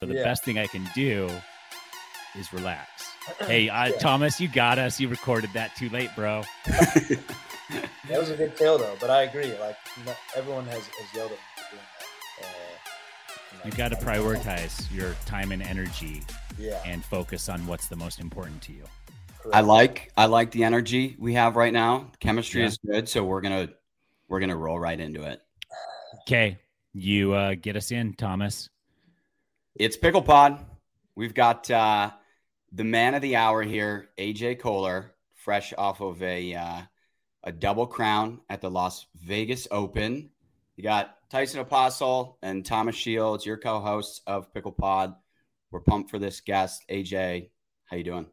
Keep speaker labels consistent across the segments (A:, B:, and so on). A: So the
B: Yeah.
A: best thing I can do is relax. Hey, I, Thomas, you got us. You recorded that too late, bro.
B: That was a good tale though, but I agree. Like no- everyone has, has yelled at me for doing that. Uh, and
A: You
B: I-
A: got to
B: I-
A: prioritize your time and energy
B: Yeah,
A: and focus on what's the most important to you.
B: correct.
C: I like I like the energy we have right now. Chemistry
A: Yeah.
C: is good, so we're gonna we're gonna roll right into it.
A: Okay. You uh, get us in, Thomas.
C: It's Pickle Pod. We've got uh, the man of the hour here, AJ Kohler, fresh off of a uh, a double crown at the Las Vegas Open. You got Tyson Apostle and Thomas Shields, your co-hosts of Pickle Pod. We're pumped for this guest, AJ. How you doing?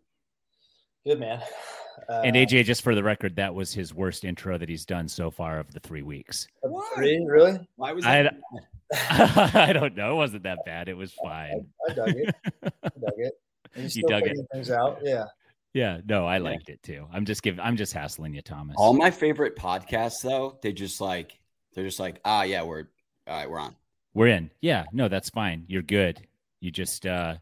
B: Good man. Uh,
A: and AJ, just for the record, that was his worst intro that he's done so far of the three weeks.
B: of
C: What?
B: three, uh, really?
C: Why was
A: I-
C: that?
A: I don't know. It wasn't that bad. It was fine.
B: I dug it. I dug it. And
A: You
B: still
A: dug it.
B: figuring Things out. Yeah.
A: Yeah, no, I
C: Yeah.
A: liked it too. I'm just giving. I'm just hassling you, Thomas.
C: All my favorite podcasts, though, they just like they're just like, ah, yeah, we're all right, we're on.
A: We're in. Yeah, no, that's fine. You're good. You just. uh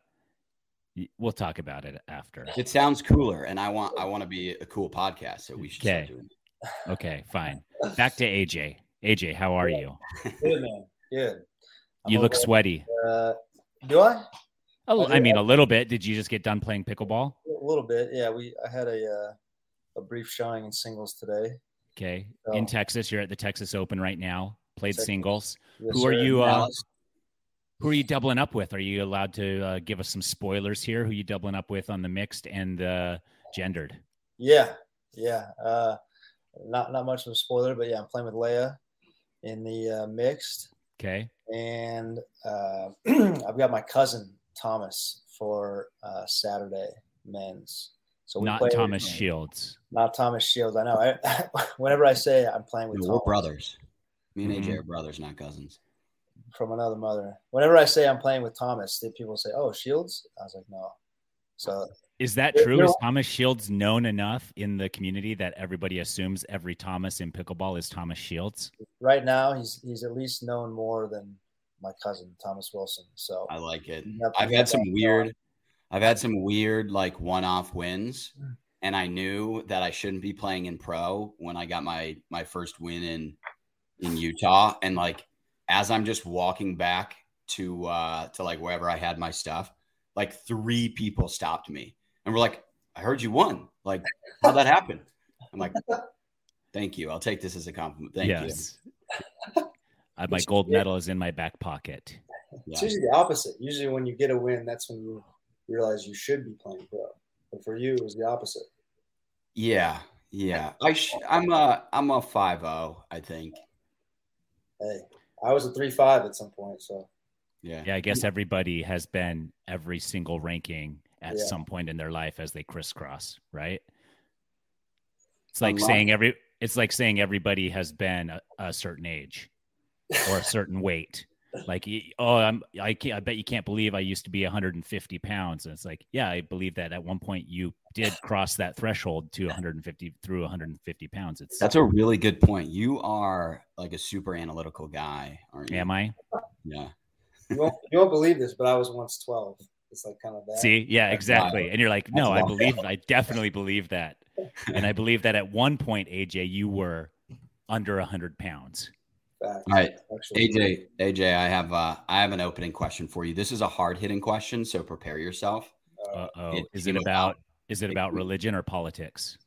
A: y- We'll talk about it after.
C: It sounds cooler, and I want I want to be a cool podcast, so we should. start
A: Okay.
C: doing it.
A: Okay, fine. Back to AJ. AJ, how are you?
B: Good man. Good. I'm Oh,
A: You look
B: over-
A: sweaty.
B: Uh, do I?
A: A l-
B: I do.
A: I mean, a little bit. Did you just get done playing pickleball?
B: A little bit. Yeah. We. I had a uh, a brief showing in singles today.
A: Okay,
B: No.
A: in Texas, you're at the Texas Open right now. Played
B: Texas.
A: singles.
B: Yes,
A: Who are
B: sir.
A: you? Uh,
C: Dallas,
A: who are you doubling up with? Are you allowed to uh, give us some spoilers here? Who you doubling up with on the mixed and the gendered?
B: Yeah, yeah. Uh, not not much of a spoiler, but yeah, I'm playing with Leia in the uh, mixed,
A: Okay,
B: and uh, I've got my cousin Thomas for uh, Saturday men's. So
A: not
B: play-
A: Thomas Shields.
B: Not Thomas Shields. I know. I, whenever I say I'm playing with
C: dude, we're
B: Thomas
C: brothers. Mm-hmm. Me and AJ
A: Mhm.
C: are brothers, not cousins.
B: from another mother, whenever I say I'm playing with Thomas, the people say, "Oh, Shields." I was like, "No." So
A: Is that
B: Yeah,
A: true?
B: no.
A: Is Thomas Shields known enough in the community that everybody assumes every Thomas in pickleball is Thomas Shields?
B: right now, he's he's at least known more than my cousin Thomas Wilson. So
C: I like it.
B: Nothing
C: I've
B: like
C: had some
B: that.
C: weird, I've had some weird like one-off wins, and I knew that I shouldn't be playing in pro when I got my my first win in in Utah, and like as I'm just walking back to uh to like wherever I had my stuff, like three people stopped me and were like, "I heard you won. Like how'd that happen?" I'm like. Thank you. I'll take this as a compliment. Thank
A: Uh, my gold medal is in my back pocket.
C: you.
B: It's
C: Yeah.
B: usually the opposite. Usually, when you get a win, that's when you realize you should be playing pro. But for you, it was the opposite.
C: Yeah. Yeah. I sh- I'm a I'm a 5-0, I think.
B: Hey, I was a three five at some point, so
C: Yeah.
A: Yeah, I guess everybody has been every single ranking at
B: Yeah.
A: some point in their life as they crisscross, right? It's like
C: Unlock-
A: saying every it's like saying everybody has been a, a certain age or a certain weight. Like, y- oh, I'm I can't I bet you can't believe I used to be 150 pounds. And it's like, yeah, I believe that at one point you did cross that threshold to 150 through 150 pounds. It's
C: That's a really good point. You are like a super analytical guy, aren't you?
A: am I?
C: Yeah.
B: you won't, you won't believe this, but I was once twelve. It's like kind of that.
A: See, yeah, exactly. And you're like, no, I
C: wild.
A: believe, I definitely believe that. And I believe that at one point, AJ, you were under 100 pounds.
B: fact,
C: All right.
B: actually.
C: AJ, AJ, I have uh I have an opening question for you. This is a hard hitting question, so prepare yourself.
A: Uh
B: Uh,
A: oh.
C: It-
A: Is
C: you
A: it
C: know,
A: about, is it about religion or politics?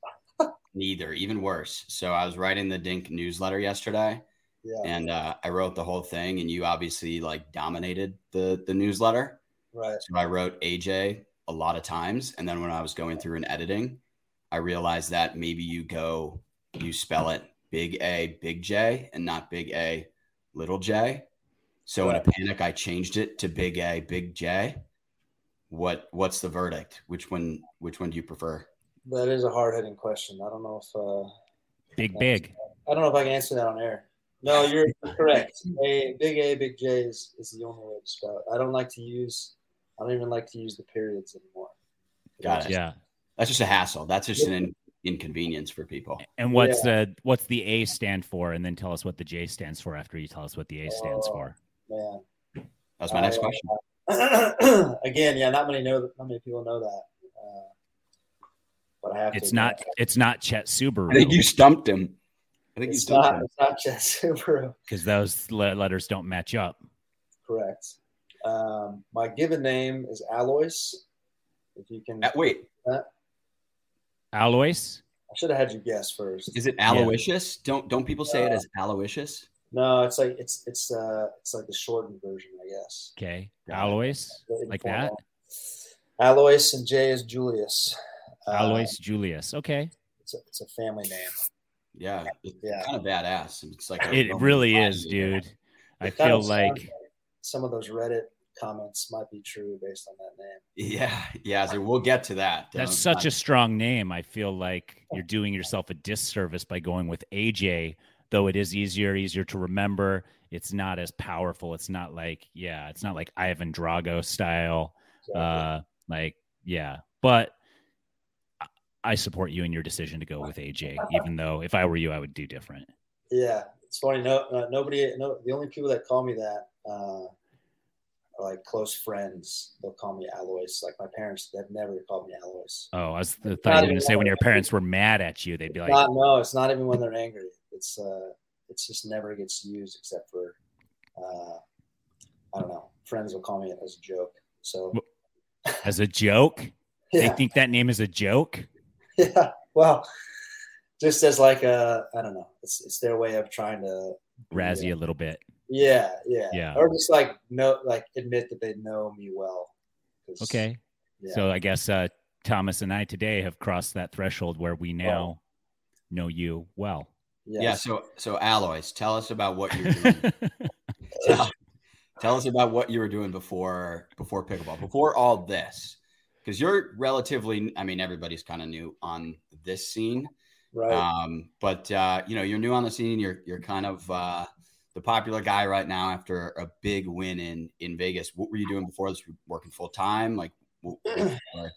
C: Neither, even worse. So I was writing the Dink newsletter yesterday
B: yeah,
C: and uh, I wrote the whole thing and you obviously like dominated the the newsletter.
B: right.
C: So I wrote AJ a lot of times. And then when I was going through and editing, I realized that maybe you go, you spell it big A, big J, and not big A, little J. So in a panic, I changed it to big A, big J. What what's the verdict? Which one which one do you prefer?
B: That is a hard hitting question. I don't know if uh,
A: Big, big.
B: I don't know if I can answer that on air. No, you're correct. A big A, big J is, is the only way to spell it. I don't like to use. I don't even like to use the periods anymore.
C: Got it.
A: Yeah.
C: That's just a hassle. That's just an in- inconvenience for people.
A: And what's the, what's the A stand for? And then tell us what the J stands for after you tell us what the A stands
B: Oh.
A: for.
B: Man,
C: That was my next
B: I, uh,
C: question.
B: Again, yeah, not many know not many people know that. Uh, but I have
A: It's
B: to
A: not.
B: admit,
A: It's not Chet
C: I think you
A: Subaru
C: stumped him. I think you
B: It's
C: stumped
B: not.
C: him.
B: It's not Chet Subaru.
A: because those le- letters don't match up.
B: Correct. Um, my given name is Alois. If you can,
C: Uh,
B: I
C: Wait,
A: Alois.
B: should have had you guess first.
C: is it Aloysius? Don't don't people say it as Aloysius?
B: No, it's like it's it's uh it's like the shortened version, I guess.
A: Okay,
C: Got it.
A: Alois. Like that?
B: Alois and J is Julius. Uh,
A: Alois Julius. Okay,
B: It's a, it's a family name.
C: Yeah, it's
B: Yeah.
C: kind of badass. It's like a
A: it
C: Roman
A: really is,
C: body.
A: dude. I
B: It kind
A: feel
B: of
A: like
B: sounds Some of those Reddit comments might be true based on that name.
C: Yeah, yeah. So we'll get to that. Um,
A: That's such a strong name. I feel like you're doing yourself a disservice by going with AJ, though it is easier, easier to remember. It's not as powerful. It's not like, yeah, it's not like Ivan Drago style.
B: So,
A: Uh, like, yeah. But I- I support you in your decision to go with AJ, even though if I were you, I would do different.
B: yeah, it's funny. No, no nobody. No, the only people that call me that uh, are like close friends. They'll call me Alois. Like my parents, they've never called me Alois.
A: Oh, I was I thought you were gonna say when your parents were mad at you, they'd be like,
B: not, no, it's not even when they're angry. It's uh, it's just never gets used except for, uh, I don't know. Friends will call me it as a joke. So
A: as a joke. They
B: yeah,
A: think that name is a joke.
B: yeah. Well, just as like a, I don't know. It's it's their way of trying to
A: Razzie a little bit.
B: Yeah, yeah,
A: Yeah.
B: Or just like no, like admit that they know me well. 'Cause-
A: Okay.
B: Yeah.
A: So I guess uh, Thomas and I today have crossed that threshold where we now know you well.
B: yes.
C: yeah. So so Alois, tell us about what you're doing.
B: Mm-hmm.
C: tell, tell us about what you were doing before before pickleball, before all this, because you're relatively. I mean, everybody's kind of new on this scene,
B: right.
C: um, but uh, you know, you're new on the scene. You're you're kind of uh, the popular guy right now after a big win in in Vegas. What were you doing before this? Were you Working full time, like. what- what-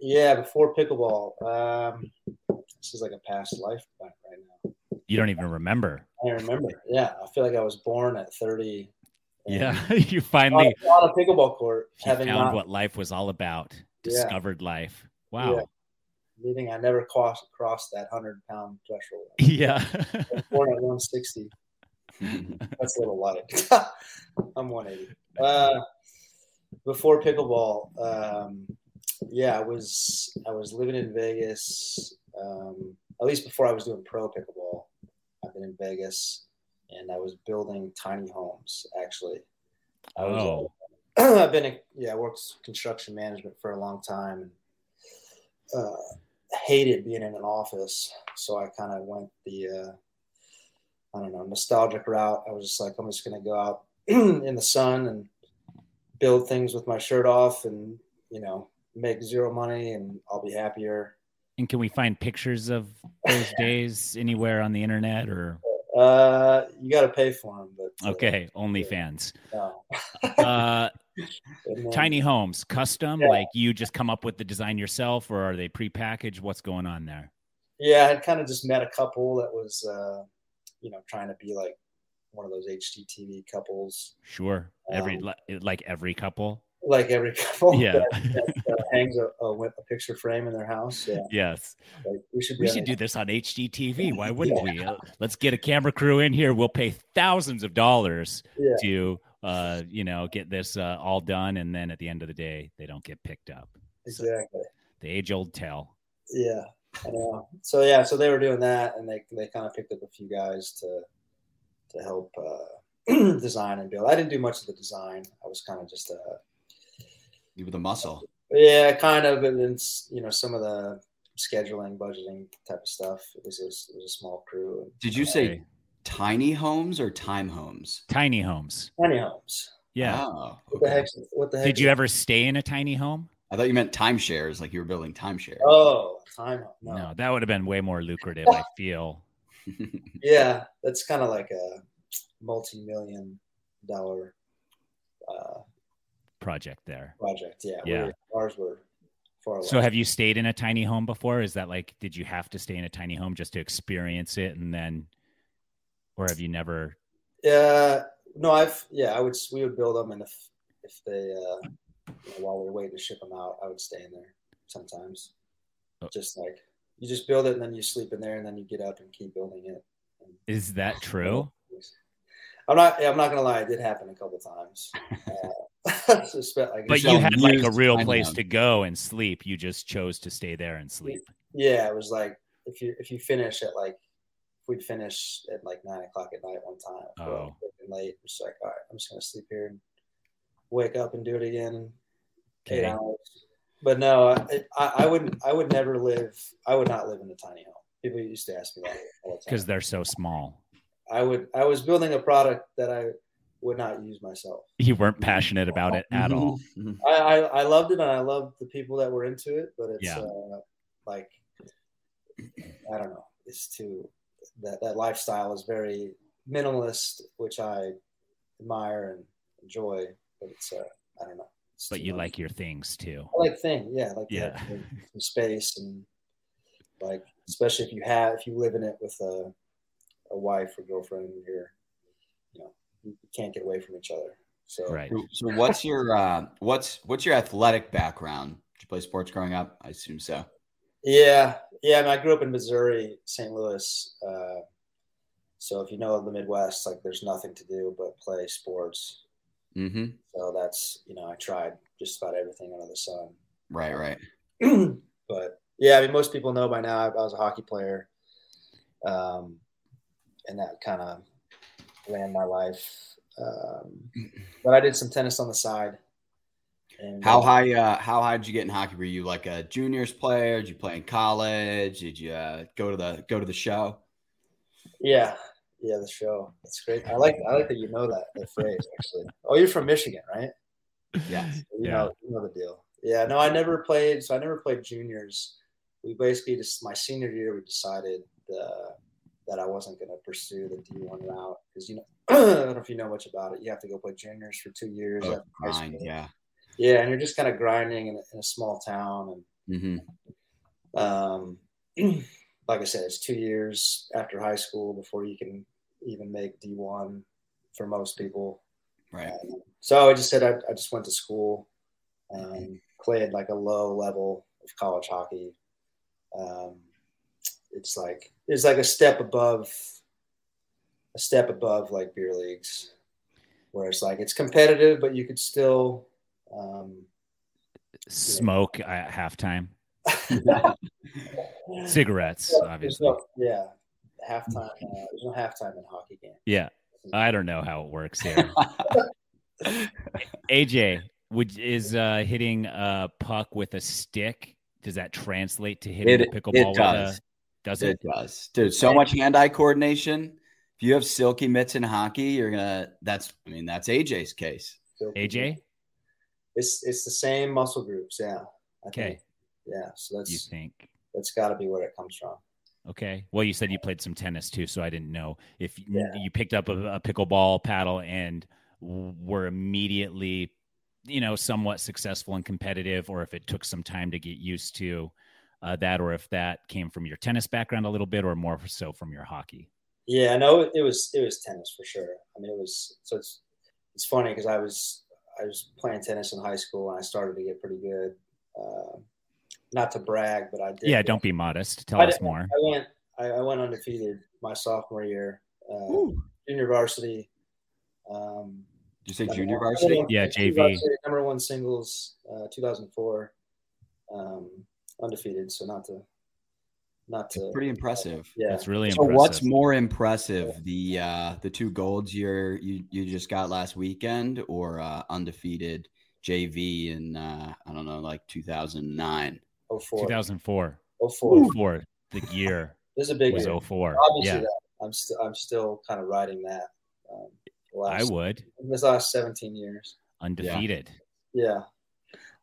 B: yeah, before pickleball. Um, this is like a past life back right now.
A: You don't even remember.
B: I remember. Yeah, I feel like I was born at thirty. and
A: Yeah. you
B: on,
A: finally
B: on a pickleball court,
A: you
B: having
A: found
B: Oh, not
A: what life was all about,
B: Yeah.
A: discovered life. Wow.
B: meaning I never crossed crossed that hundred pound threshold.
A: Yeah.
B: I was born at one sixty. That's a little light. I'm 180. Uh, before pickleball, um, yeah, I was I was living in Vegas. Um, at least before I was doing pro pickleball, I've been in Vegas, and I was building tiny homes. Actually, I was,
A: oh,
B: I've been a, yeah, I worked construction management for a long time. Uh, hated being in an office, so I kind of went the uh, I don't know nostalgic route. I was just like, I'm just gonna go out in the sun and build things with my shirt off, and you know, make zero money, and I'll be happier.
A: and can we find pictures of those days anywhere on the internet or
B: Uh, you got to pay for them, but uh,
A: okay, OnlyFans.
B: no.
A: Uh
B: And then-
A: tiny homes, custom,
B: Yeah.
A: like you just come up with the design yourself or are they prepackaged? What's going on there?
B: Yeah, I had kind of just met a couple that was, uh, you know, trying to be like one of those HGTV couples,
A: Sure. Every
B: Um,
A: li- like every couple.
B: like every couple
A: yeah.
B: that, that uh, hangs a, a, wi- a picture frame in their house. Yeah,
A: yes.
B: like, we should.
A: We
B: be on
A: should
B: it.
A: do this on HGTV. Why wouldn't we? Uh, let's get a camera crew in here. We'll pay thousands of dollars
B: Yeah.
A: to uh, you know, get this uh, all done and then at the end of the day they don't get picked up.
B: exactly.
A: The age old tale.
B: Yeah. I know. So yeah, so they were doing that, and they they kind of picked up a few guys to to help uh, design and build. I didn't do much of the design. I was kind of just a
C: You were the muscle.
B: Yeah, kind of, and then s- you know some of the scheduling, budgeting type of stuff. It was a, it was a small crew.
C: Did you say tiny homes or time homes?
A: Tiny homes.
B: Tiny homes.
A: Yeah.
B: Ah,
C: Oh,
B: What the
C: okay.
B: heck? What the heck?
A: Did you ever stay in a tiny home?
C: I thought you meant timeshares, like you were building timeshare.
B: Oh, tiny home. No.
A: No, that would have been way more lucrative, I feel.
B: Yeah, that's kind of like a multi-million dollar uh,
A: Project there.
B: project. Yeah.
A: Yeah.
B: where Ours were far less.
A: So have you stayed in a tiny home before? Is that like did you have to stay in a tiny home just to experience it and then or have you never
B: Yeah. No, I've yeah. I would. s- We would build them, and if if they uh, you know, while they're waiting to ship them out, I would stay in there sometimes.
A: Oh.
B: Just like you just build it and then you sleep in there and then you get up and keep building it.
A: Is that true?
B: I'm not. I'm not gonna lie. It did happen a couple times. Uh, so spent, like,
A: But
C: So
A: you had like a
C: used
A: real
C: time
A: place
C: down.
A: to go and sleep. You just chose to stay there and sleep.
B: yeah, it was like if you if you finish at like we'd finish at like nine o'clock at night one time. if we're, like,
A: Oh.
B: working late. It's like all right, I'm just gonna sleep here and wake up and do it again. in eight
A: Okay.
B: hours. But no, I, I, I would I would never live. I would not live in a tiny home. People used to ask me that all the time.
A: Because they're so small.
B: I would I was building a product that I would not use myself.
A: You weren't passionate about it at all.
B: I, I, I loved it and I loved the people that were into it, but it's
A: Yeah.
B: uh, like I don't know. It's too that that lifestyle is very minimalist, which I admire and enjoy. But it's uh, I don't know. It's
A: But
B: too
A: you
B: much.
A: like your things too.
B: I like thing, yeah, I like to have
A: Yeah.
B: some- some space and like especially if you have if you live in it with a a wife or girlfriend, you're you know you can't get away from each other. So
A: Right.
C: So, so what's your uh, what's what's your athletic background? Did you play sports growing up? I assume so.
B: Yeah, yeah. I, mean, I grew up in Missouri, St. Louis. Uh, so if you know the Midwest, like there's nothing to do but play sports.
C: hmm
B: So that's you know I tried just about everything under the sun.
C: Right, right.
B: but yeah, I mean most people know by now I, I was a hockey player, um, and that kind of ran my life. Um, but I did some tennis on the side. And
C: How high? Uh, how high did you get in hockey? Were you like a juniors player? Did you play in college? Did you uh, go to the go to the show?
B: Yeah, yeah, the show. That's great. I like I like that you know that that phrase actually. Oh, you're from Michigan, right?
C: Yeah.
B: You know, you know the deal. Yeah, no, I never played. So I never played juniors. We basically just my senior year we decided uh, that I wasn't going to pursue the D1 route because you know I don't know if you know much about it. You have to go play juniors for two years.
C: Oh,
B: after high
C: grind,
B: school.
C: yeah.
B: yeah, and you're just kind of grinding in, a- in a small town and
C: hmm
B: um, like I said, it's two years after high school before you can even make D1 for most people.
C: Right.
B: So I just said I, I just went to school, um, played like a low level of college hockey. Um, it's like it's like a step above, a step above like beer leagues, where it's like it's competitive, but you could still. Um,
A: Smoke at halftime. Cigarettes,
B: there's
A: obviously.
B: no- yeah, halftime. Uh, there's no halftime in a hockey game.
A: Yeah. I don't know how it works here. AJ, would is uh hitting a puck with a stick? Does that translate to hitting
C: It-
A: a pickleball
C: it
A: with
C: does.
A: a does it?
C: It does, dude. So much hand-eye coordination. If you have silky mitts in hockey, you're gonna. That's. I mean, that's AJ's case.
B: So-
A: AJ,
B: It's it's the same muscle groups, yeah. I
A: Okay.
B: Think. Yeah, so
A: you
B: that's
A: think?
B: that's got to be where it comes from.
A: Okay. Well, you said you played some tennis too, so I didn't know if you-
B: Yeah.
A: you picked up a, a pickleball paddle and w- were immediately, you know, somewhat successful and competitive, or if it took some time to get used to uh, that, or if that came from your tennis background a little bit, or more so from your hockey.
B: Yeah, no, it, it was it was tennis for sure. I mean, it was so it's it's funny because I was I was playing tennis in high school and I started to get pretty good. Uh, not to brag, but I did.
A: Yeah. Don't be modest. Tell
B: I
A: us
B: didn't-
A: more.
B: I went I, I went undefeated my sophomore year, uh,
C: Ooh.
B: junior varsity. Um,
C: Did you say
B: Number
C: junior
B: one-
C: varsity?
B: number one-
A: Yeah,
B: junior
A: JV.
B: varsity, number one singles, uh, 2004, um, undefeated. So not to, not to.
C: Pretty impressive.
B: yeah.
A: That's really
C: So
A: impressive.
C: what's more impressive, the uh, the two golds you're, you you just got last weekend, or uh, undefeated JV in uh, I don't know, like 2009?
B: 04.
A: 2004,
B: 04.
A: 04, the year
B: This is a big
A: was
B: year.
A: 04.
B: Obviously,
A: Yeah.
B: that, I'm still, I'm still kind of riding that. Um, the
A: I
B: last,
A: would
B: this last 17 years.
A: undefeated.
B: Yeah.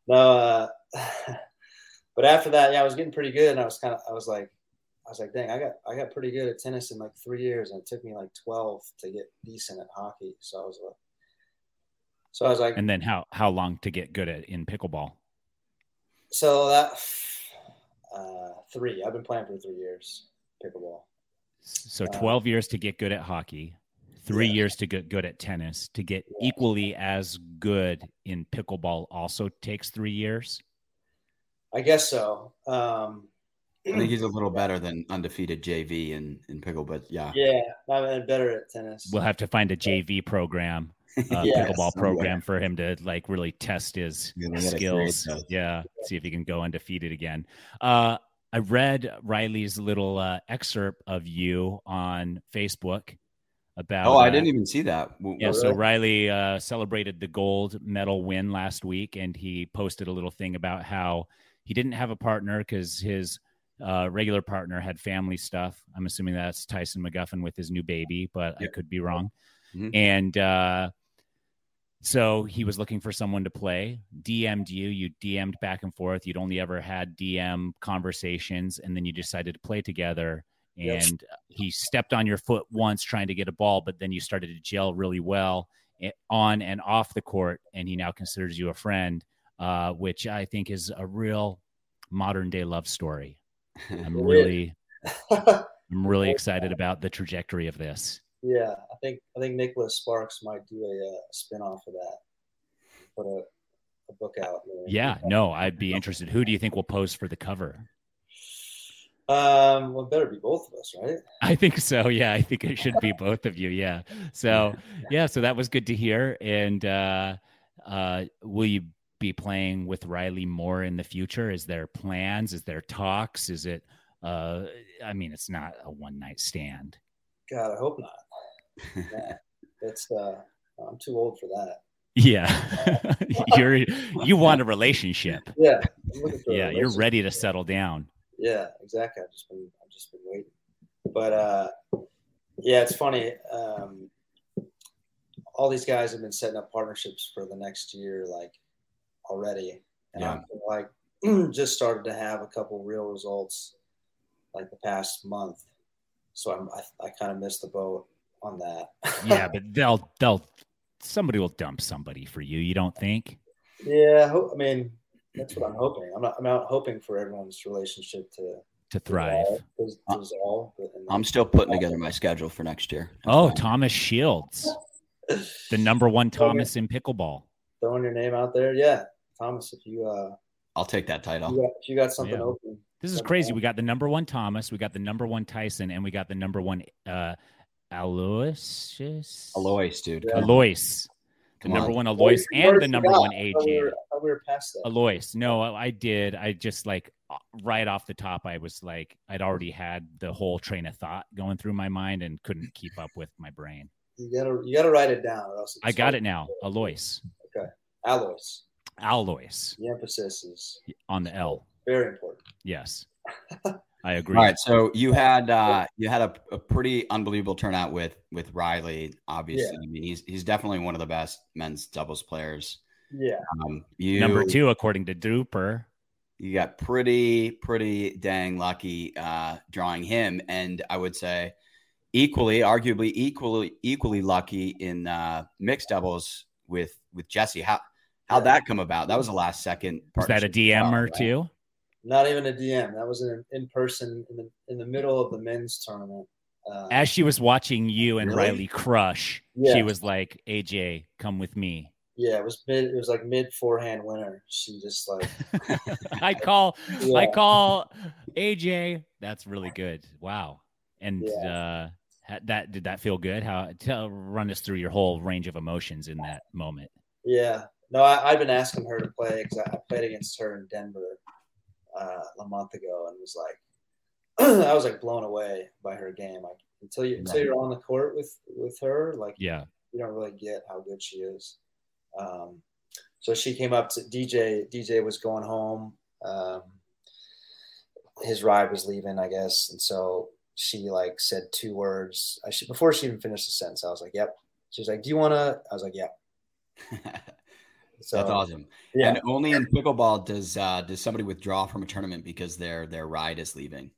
B: No, uh, but after that, yeah, I was getting pretty good, and I was kind of, I was like, I was like, dang, I got, I got pretty good at tennis in like three years, and it took me like twelve to get decent at hockey. So I was like, so I was like,
A: And then how, how long to get good at in pickleball?
B: so that uh, three, I've been playing for three years, pickleball.
A: So
B: Uh,
A: 12 years to get good at hockey, three
B: Yeah.
A: years to get good at tennis to get
B: Yeah.
A: equally as good in pickleball also takes three years
B: I guess so. Um,
C: I think he's a little better than undefeated JV in, in pickle, but yeah.
B: yeah, I'm better at tennis.
A: we'll have to find a jv program uh,
B: Yeah,
A: pickleball
C: somewhere.
A: program for him to like really test his
C: Oh, Yeah, they gotta
A: skills
C: create those.
A: yeah see if he can go undefeated again uh, i read riley's little uh, excerpt of you on facebook about
C: Oh, I
A: uh,
C: didn't even see that. W-
A: Yeah,
C: w-
A: so Riley uh, celebrated the gold medal win last week, and he posted a little thing about how he didn't have a partner because his uh, regular partner had family stuff. I'm assuming that's Tyson McGuffin with his new baby, but I
C: Yeah.
A: could be wrong.
C: Mhm.
A: And uh, so he was looking for someone to play. DM'd you. You DM'd back and forth. You'd only ever had DM conversations, and then you decided to play together.
B: Yep.
A: And he stepped on your foot once trying to get a ball, but then you started to gel really well eh, on and off the court, and he now considers you a friend, uh, which I think is a real modern day love story. I'm
B: It Oh,
A: really, I'm really
B: Yeah.
A: excited about the trajectory of this.
B: yeah, I think I think Nicholas Sparks might do a, uh spin off of that. Put a, a book out. maybe.
A: Yeah, no, I'd be interested. Who do you think will pose for the cover?
B: Um, well, it better be both of us, right?
A: I think so. Yeah, I think it should be both of you. Yeah. So yeah, so that was good to hear. And uh, uh, will you be playing with Riley more in the future? Is there plans? Is there talks? Is it? Uh, I mean, it's not a one night stand.
B: God, I hope not. Yeah, it's uh, I'm too old for that.
A: Yeah, you're you want a relationship.
B: Yeah, I'm looking for a
A: Yeah, you're
B: relationship.
A: ready to settle down.
B: Yeah, exactly. I've just been I've just been waiting. But uh, yeah, it's funny. Um, all these guys have been setting up partnerships for the next year, like already, and
C: Yeah.
B: I've like just started to have a couple real results, like the past month. So I'm I, I kind of missed the boat on that.
A: Yeah, but they'll they'll somebody will dump somebody for you. You don't think?
B: yeah. I hope- I mean, that's what I'm hoping. I'm not I'm not hoping for everyone's relationship to
A: To thrive.
B: dis- dissolve. but- and-
C: I'm still
B: Oh.
C: putting together my schedule for next year.
A: Oh, Thomas Shields, the number one Thomas in pickleball.
B: throwing your name out there. Yeah, Thomas, if you uh,
C: I'll take that
B: if
C: title.
B: you got, if you got something
A: Yeah.
B: open,
A: This is crazy. We got the number one Thomas, we got the number one Tyson, and we got the number one uh, Aloysius.
C: Alois, dude.
B: Yeah.
C: Come on.
A: Alois. The
C: Come
A: number
C: on.
A: one Alois
B: Oh, you
A: and
B: already
A: the number
B: forgot.
A: one
B: I thought we
A: AJ.
B: were, I thought we were past that.
A: Alois. No, I I did. I just like uh, right off the top, I was like, I'd already had the whole train of thought going through my mind and couldn't keep up with my brain.
B: You gotta you gotta write it down. Or else
A: I got it now. Alois.
B: Alloys.
A: Alois
B: The emphasis is
A: on the L.
B: very important.
A: Yes. I agree.
C: All right, so you had uh, you had a, a pretty unbelievable turnout with with Riley. Obviously, I mean he's he's definitely one of the best men's doubles players.
B: Yeah,
C: Um, you
A: Number two, according to Drooper.
C: you got pretty pretty dang lucky uh, drawing him, and I would say equally, arguably equally equally lucky in uh, mixed doubles with with Jesse. How how'd that come about? That was a last second.
A: Is that a
C: partnership.
A: DM
C: Oh,
A: or
C: right.
A: two?
B: not even a DM. That was an in person in the in the middle of the men's tournament. Uh,
A: As she was watching you and
C: Really?
A: Riley crush, she
B: Yeah.
A: was like, AJ, come with me.
B: yeah, it was mid. It was like mid forehand winner. She just like
A: I call I
B: Yeah.
A: call AJ. That's really good. Wow. And
B: Yeah.
A: uh ha- that did that feel good? How tell run us through your whole range of emotions in that moment.
B: Yeah. No, I, I've been asking her to play because I, I played against her in Denver uh, a month ago and was like, I was like blown away by her game. Like until you until
C: Right.
B: you're on the court with with her, like
A: Yeah.
B: you don't really get how good she is. Um, so she came up to DJ. DJ was going home. Um, his ride was leaving, I guess, and so she like said two words. I should, before she even finished the sentence, I was like, "Yep." She was like, "Do you want to?" I was like, "Yep." So
C: That's awesome.
B: yeah,
C: And only in pickleball does uh, does somebody withdraw from a tournament because their their ride is leaving.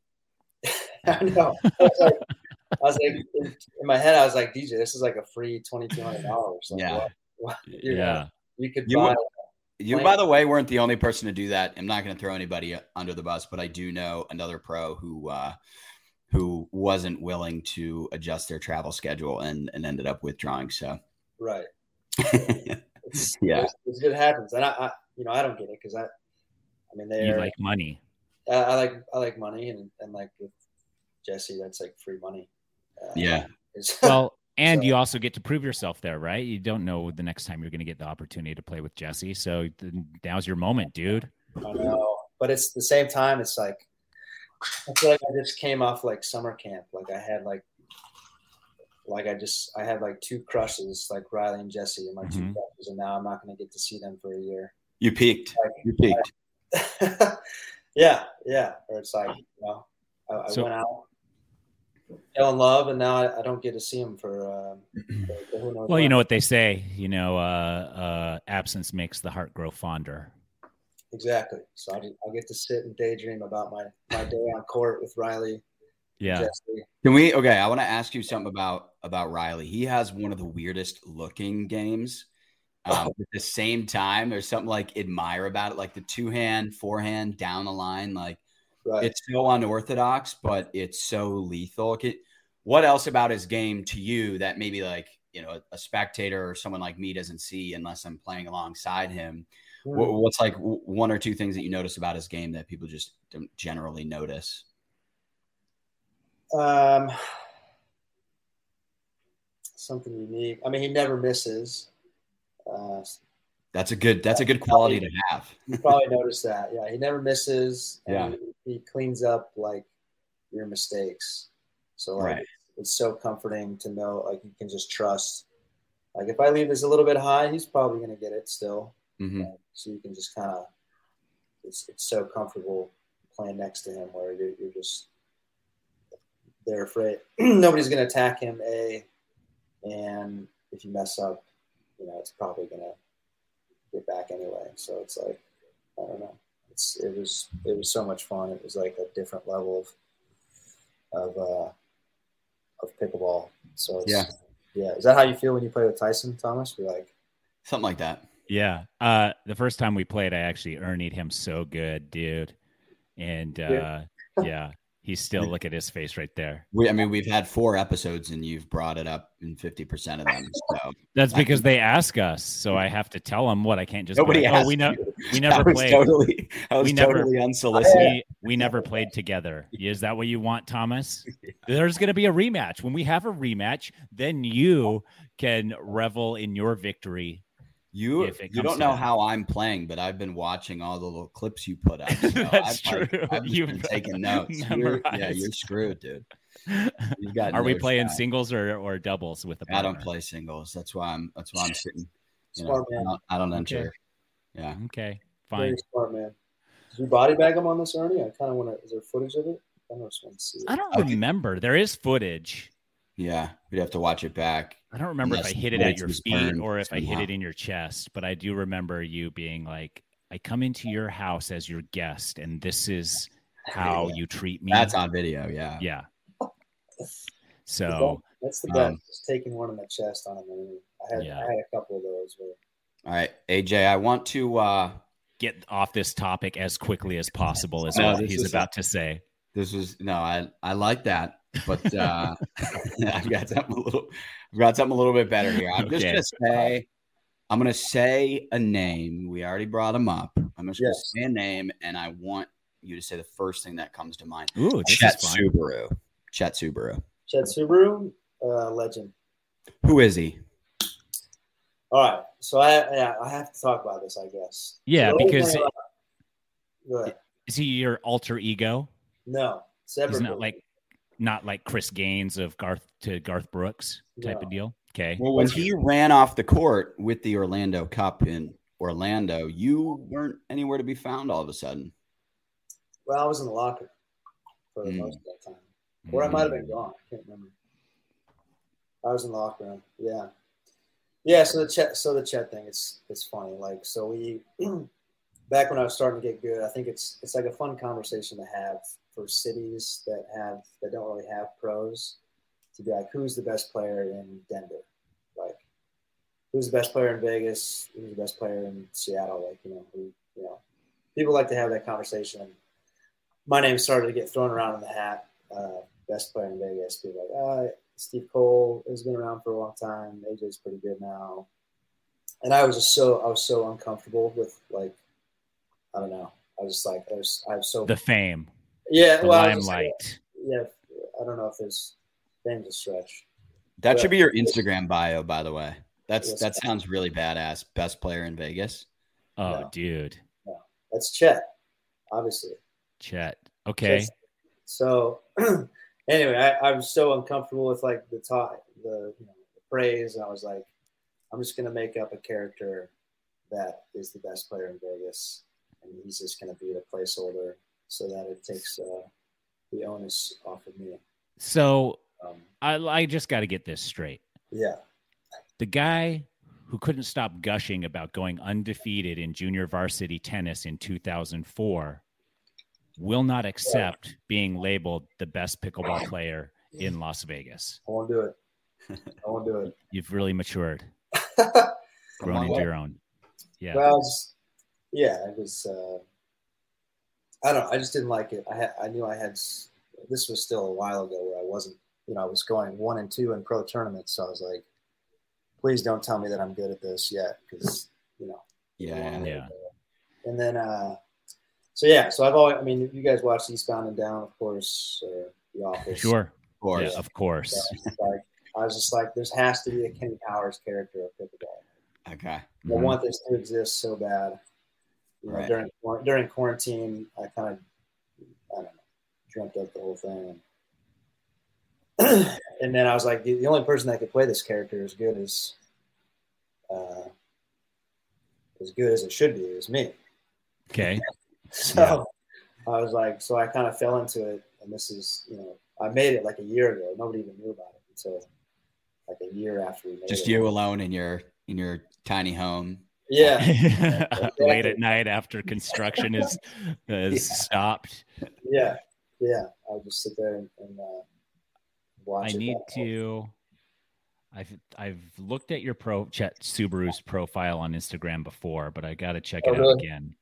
B: I know. I was like, I was like in, in my head, I was like, DJ, this is like a free twenty two hundred dollars. Like,
C: Yeah.
B: what- what-
A: Yeah.
B: you're- you could
C: You
B: buy.
C: would- You,
B: Wait.
C: by the way, weren't the only person to do that. I'm not going to throw anybody under the bus, but I do know another pro who uh, who wasn't willing to adjust their travel schedule and, and ended up withdrawing. So,
B: right. It's,
C: Yeah.
B: it's, it's- it happens, and I, I, you know, I don't get it because I, I mean, they
A: You
B: are.
A: like money.
B: I, I like I like money, and and like with Jesse, that's like free money. Uh,
C: yeah,
B: it's-
A: Well, and
B: So-
A: you also get to prove yourself there, right? You don't know the next time you're going to get the opportunity to play with Jesse. So th- now's your moment, dude.
B: I know, but it's the same time. It's like I feel like I just came off like summer camp. Like I had like like I just I had like two crushes, like Riley and Jesse, and my two
A: Mhm.
B: crushes, and now I'm not going to get to see them for a year.
C: you peaked.
B: Like,
C: You peaked.
B: yeah, yeah. Or it's like you know, I, I
A: So-
B: went out, fell in love, and now I, I don't get to see him for, um, for, for who knows.
A: Well, you
B: when.
A: know what they say, you know, uh, uh, absence makes the heart grow fonder.
B: exactly. So I, just, I get to sit and daydream about my my day on court with Riley,
A: Yeah.
B: Jesse.
C: Can we? Okay, I want to ask you something about about Riley. He has one of the weirdest looking games. Um, At the same time, there's something like admire about it, like the two hand, forehand, down the line. Like
B: Right.
C: it's so unorthodox, but it's so lethal. Can- What else about his game to you that maybe like you know a spectator or someone like me doesn't see unless I'm playing alongside him?
B: Hmm.
C: Wh- What's like w- one or two things that you notice about his game that people just don't generally notice?
B: Um, something unique. I mean, he never misses. Uh,
C: That's a good. That's a good quality to have.
B: you probably noticed that. Yeah, he never misses.
C: Yeah.
B: he, he cleans up like your mistakes. So like,
C: Right.
B: it's so comforting to know like you can just trust. Like if I leave this a little bit high, he's probably gonna get it still.
C: Mhm.
B: Mm-hmm. So you can just kind of. It's it's so comfortable playing next to him where you're, you're just. They're afraid nobody's gonna attack him. A, and if you mess up, you know, it's probably gonna get back anyway. So it's like, I don't know. It's it was it was so much fun. It was like a different level of of uh, of pickleball. So it's,
C: Yeah.
B: yeah. Is that how you feel when you play with Tyson Thomas? You're like,
C: something like that.
A: Yeah. Uh, the first time we played, I actually earned him so good, dude. And uh,
B: Yeah.
A: yeah, he's still, look at his face right there.
C: We, I mean, we've had four episodes, and you've brought it up in fifty percent of them. So
A: That's
C: I
A: because they ask us. So I have to tell them what I can't just be
C: nobody.
A: like,
C: asked
A: oh, we, know,
C: you.
A: we never
C: I was
A: played.
C: Totally, I was
A: We never-
C: totally unsolicited.
A: we, we never played together. Is that what you want, Thomas? There's going to be a rematch. When we have a rematch, then you can revel in your victory.
C: You,
A: If it comes
C: you don't
A: to
C: know
A: that.
C: how I'm playing, but I've been watching all the little clips you put up. So
A: That's
C: I've, like,
A: true.
C: I've just
A: You've
C: been taking notes. You're, yeah,
A: memorized.
C: you're screwed, dude. You've got.
A: Are we
C: no
A: playing
C: shot.
A: singles or, or doubles with a
C: I
A: partner?
C: don't play singles. That's why I'm. That's why I'm sitting. You know,
B: smart
C: I
B: man,
C: don't, I don't
A: Okay.
C: enter. Yeah.
A: Okay,
B: very
A: fine.
B: smart man. Did you body bag him on this, Ernie? I kind of want to. Is there footage of it? I don't just want to see it.
A: I don't
C: Okay.
A: remember. There is footage.
C: Yeah. We'd have to watch it back.
A: I don't remember if I
C: Unless
A: hit it
C: the
A: at your
C: lights
A: feet
C: burn
A: or if I hit
C: somehow.
A: it in your chest, but I do remember you being like, I come into your house as your guest, and this is how you treat me.
C: That's on video. Yeah.
A: Yeah.
B: Is
A: So
B: that- that's the best.
C: um,
B: just taking one in the chest on him. Ernie. I had
A: Yeah.
B: I had a couple of those. Where,
C: All right, AJ. I want to. uh
A: get off this topic as quickly as possible is
C: No,
A: what
C: this
A: he's
C: is-
A: about to say.
C: This is no, I I like that, but uh, I've got something a little, I've got something a little bit better here. I'm
A: Okay.
C: just gonna say, I'm gonna say a name. We already brought him up. I'm just
B: Yes.
C: gonna say a name, and I want you to say the first thing that comes to mind.
A: Ooh, this
C: Chet
A: is fun.
C: Subaru. Chet Subaru.
B: Chet Subaru, uh, legend.
C: Who is he?
B: All right, so I yeah, I have to talk about this, I guess. uh,
A: Yeah,
B: The only
A: because-
B: thing about- Go ahead.
A: Is he your alter ego?
B: no, separate.
A: Isn't it like not like Chris Gaines of Garth to Garth Brooks type
B: No.
A: of deal? Okay.
C: Well, when he ran off the court with the Orlando Cup in Orlando, you weren't anywhere to be found. All of a sudden,
B: well, I was in the locker for
A: Hmm.
C: Mm.
B: most of that time,
A: Mm.
B: or I might have been gone. I can't remember. I was in the locker room. Yeah, yeah. So the chat, so the chat thing, it's it's funny. Like so, we back when I was starting to get good, I think it's it's like a fun conversation to have for cities that have that don't really have pros to be like, who's the best player in Denver? Like, who's the best player in Vegas? Who's the best player in Seattle? Like, you know, who you know, people like to have that conversation. And my name started to get thrown around in the hat uh, best player in Vegas, be like, uh, Steve Cole has been around for a long time. AJ's pretty good now. And I was just so I was so uncomfortable with like I don't know. I was just like I was I was so
A: the fame,
B: yeah.
A: the
B: well, I was just like,
A: limelight.
B: yeah. I don't know if there's fame's a stretch.
C: That should be your Instagram bio, by the way. That's
B: Yes.
C: that sounds really badass. Best player in Vegas.
A: oh,
B: No.
A: dude,
B: That's Chet, obviously.
A: Chet. Okay,
B: Just- So anyway, I, I was so uncomfortable with like the talk, the, you know, the praise. And I was like, I'm just gonna make up a character that is the best player in Vegas, and he's just gonna be the placeholder so that it takes uh, the onus off of me.
A: so
B: Um,
A: I I just got to get this straight.
B: yeah,
A: The guy who couldn't stop gushing about going undefeated in junior varsity tennis in 2004 will not accept being labeled the best pickleball player in Las Vegas.
B: I won't do it. I won't do it.
A: You've really matured,
C: Come
A: grown
C: on.
A: into your own. Yeah.
B: Well, I was, yeah, it was. Uh, I don't. know. I just didn't like it. I had. I knew I had. s- This was still a while ago where I wasn't. You know, I was going one and two in pro tournaments, so I was like, please don't tell me that I'm good at this yet, because you know.
C: Yeah.
A: Yeah.
B: And then, uh, so yeah, so I've always. I mean, you guys watched Eastbound and Down, of course, or The Office.
A: sure.
C: Of course.
A: Yeah, of course.
B: So I was just like, I was just like, there's has to be a Kenny Powers character of pickleball.
C: Okay.
B: I
A: Mhm.
B: want this to exist so bad. You know,
C: Mm-hmm. Right.
B: during during during quarantine, I kind of I don't know, dreamt up the whole thing. and then I was like, the, the only person that could play this character as good as uh, as good as it should be is me.
A: Okay.
B: So I was like, so I kind of fell into it, and this is you know, I made it like a year ago. Nobody even knew about it until like a year after we made
C: Just
B: it.
C: you alone in your in your tiny home.
B: Yeah.
A: Late at night after construction is is stopped.
B: Yeah, yeah. I'll just sit there and, and uh, watch.
A: I
B: it
A: need
B: back.
A: to. I've I've looked at your pro Chet Subaru's profile on Instagram before, but I got to check
B: Oh,
A: it out
B: really?
A: again.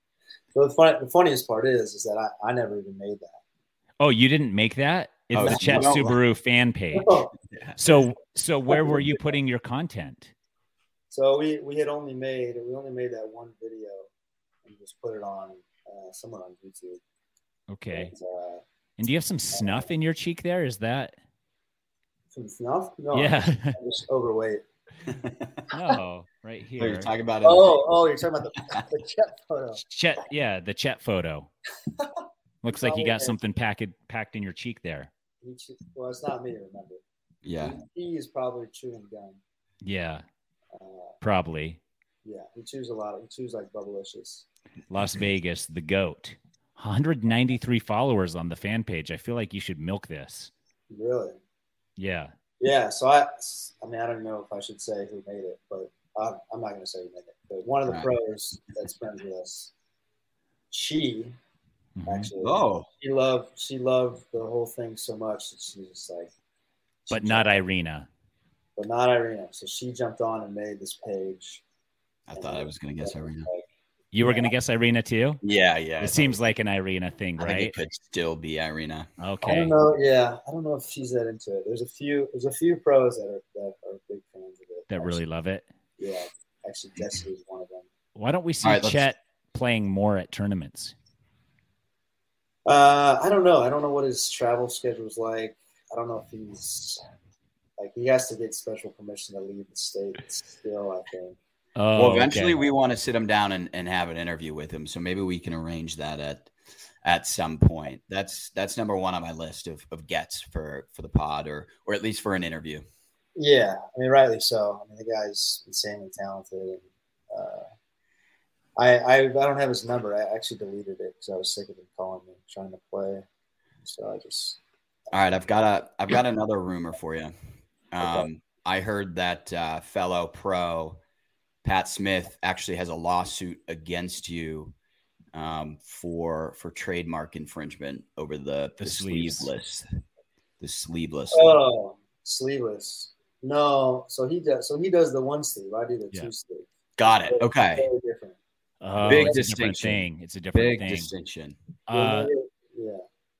B: So the, fun, the funniest part is, is that I, I never even made that.
A: Oh, you didn't make that? It's
C: Oh,
A: the
C: no.
A: Chet
C: No.
A: Subaru fan page.
B: No.
A: So so where were you putting your content?
B: So we we had only made we only made that one video and just put it on uh, somewhere on YouTube.
A: Okay.
B: And, uh,
A: And do you have some snuff in your cheek there? Is that?
B: some snuff? No,
A: yeah.
B: I'm just overweight.
A: no, right
C: So you're
A: here.
C: talking about it.
B: Oh, oh, you're talking about the, the chat photo.
A: Chet, yeah, the Chet photo. Looks like you got
B: Okay.
A: something packed packed in your cheek there.
B: He che- Well, it's not me. Remember,
C: yeah.
B: he, he is probably chewing gum.
A: Yeah,
B: Uh,
A: probably.
B: yeah, he chews a lot. He chews like bubblicious.
A: Las Vegas, the goat. 193 followers on the fan page. I feel like you should milk this.
B: Really.
A: Yeah.
B: Yeah, so I, I mean, I don't know if I should say who made it, but I'm, I'm not going to say who made it. But one of the
C: Right.
B: pros that's friends with us, she
A: Mhm.
B: actually,
C: Oh.
B: she loved, she loved the whole thing so much that she was just like, she
A: But not
B: jumped-
A: Irina.
B: but not Irina. So she jumped on and made this page.
C: I thought I was gonna guess Irina.
A: You were going to guess Irina too?
C: Yeah, yeah.
A: It seems like an Irina thing,
C: I think
A: right?
C: it could still be Irina.
B: I
A: Okay.
B: don't know. Yeah, I don't know if she's that into it. There's a few, there's a few pros that are that are big fans of it.
A: That really love it.
B: Actually, yeah. Actually, Jesse's one of them.
A: Why don't we see
C: All right, let's-
A: Chet playing more at tournaments?
B: Uh, I don't know. I don't know what his travel schedule's like. I don't know if he's like he has to get special permission to leave the state still, I think.
A: Oh,
C: well, eventually
A: okay.
C: we want to sit him down and, and have an interview with him. So maybe we can arrange that at at some point. That's that's number one on my list of, of gets for for the pod or or at least for an interview.
B: Yeah, I mean rightly so. I mean the guy's insanely talented and uh I I, I don't have his number. I actually deleted it because I was sick of him calling me trying to play. So I just
C: All right, I've got a I've got another rumor for you. Um, I heard that uh, fellow pro Pat Smith actually has a lawsuit against you um, for for trademark infringement over the,
A: The
C: the,
A: sleeves.
C: sleeveless the sleeveless.
B: Oh sleeveless. No, so he does so he does the one sleeve, I do the
A: Yeah.
B: two sleeve.
C: Got it.
B: Totally-
C: Okay.
B: totally different.
A: Oh,
C: Big
A: it's a different
C: distinction.
A: thing. Uh, It's a different
C: Big
A: thing.
C: distinction.
A: Uh,
B: yeah.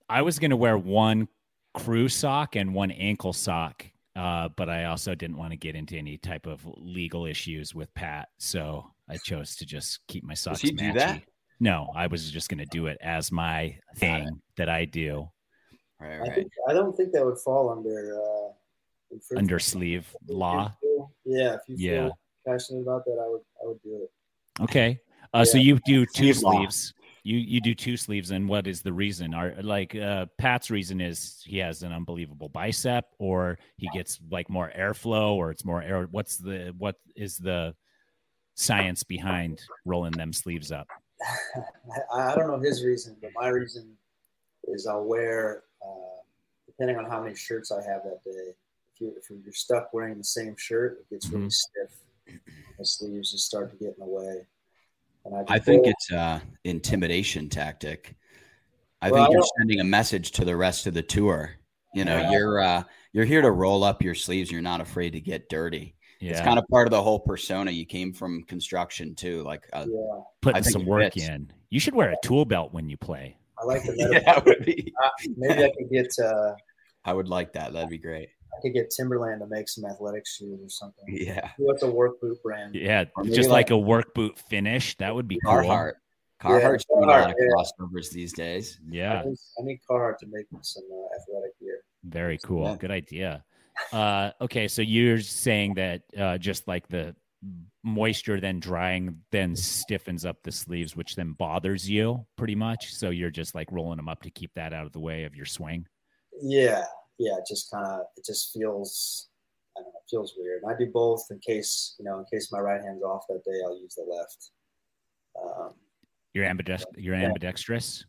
A: I was gonna wear one crew sock and one ankle sock. Uh, but I also didn't want to get into any type of legal issues with Pat, so I chose to just keep my socks.
C: he do
A: matchy.
C: that?
A: No, I was just going to do it as my thing that I do
C: Right,
B: I,
C: right.
B: think, I don't think that would fall under uh, infringement.
A: under sleeve law.
B: If you feel- Yeah, if you feel
A: Yeah.
B: passionate about that, I would I would do it.
A: Okay. Uh, So you do two
C: Sleeve law.
A: sleeves. You you do two sleeves, and what is the reason? Are like uh, Pat's reason is he has an unbelievable bicep, or he gets like more airflow, or it's more air. What's the what is the science behind rolling them sleeves up?
B: I, I don't know his reason, but my reason is I'll wear uh, depending on how many shirts I have that day. If you if you're stuck wearing the same shirt, it gets
C: Mm-hmm.
B: really
A: Mhm.
B: stiff. The sleeves just start to get in the way. And I,
C: I
B: just
C: think
B: wear-
C: it's uh intimidation tactic. I
B: Well, I
C: think you're
B: don't-
C: sending a message to the rest of the tour. You know,
B: Yeah.
C: you're uh you're here to roll up your sleeves. You're not afraid to get dirty.
A: Yeah,
C: It's kind of part of the whole persona. You came from construction too. Like uh,
B: yeah.
A: putting
C: I think
A: some
C: it
A: work
C: fits.
A: in. You should wear a tool belt when you play.
B: I like the metaphor.
C: yeah, I would be-
B: Maybe I could get uh,
C: I would like that. That'd be great.
B: I could get Timberland to make some athletic shoes or something.
C: Yeah.
B: What's a work boot brand?
A: Yeah,
C: Or maybe
A: just
C: like-
A: like a work boot finish. That would be cool.
C: Carhartt. Carhartt's doing a lot of
B: Carhartt, yeah.
C: crossovers these days.
A: Yeah,
B: I need, I need Carhartt to make some uh, athletic gear.
A: Very cool.
C: Yeah.
A: Good idea. Uh, okay, so you're saying that uh, just like the moisture then drying then stiffens up the sleeves, which then bothers you pretty much. So you're just like rolling them up to keep that out of the way of your swing.
B: Yeah, yeah. It just kind of it just feels I don't know, it feels weird. And I do both in case you know in case my right hand's off that day, I'll use the left. Um,
A: You're ambidex- you're
B: Yeah.
A: ambidextrous.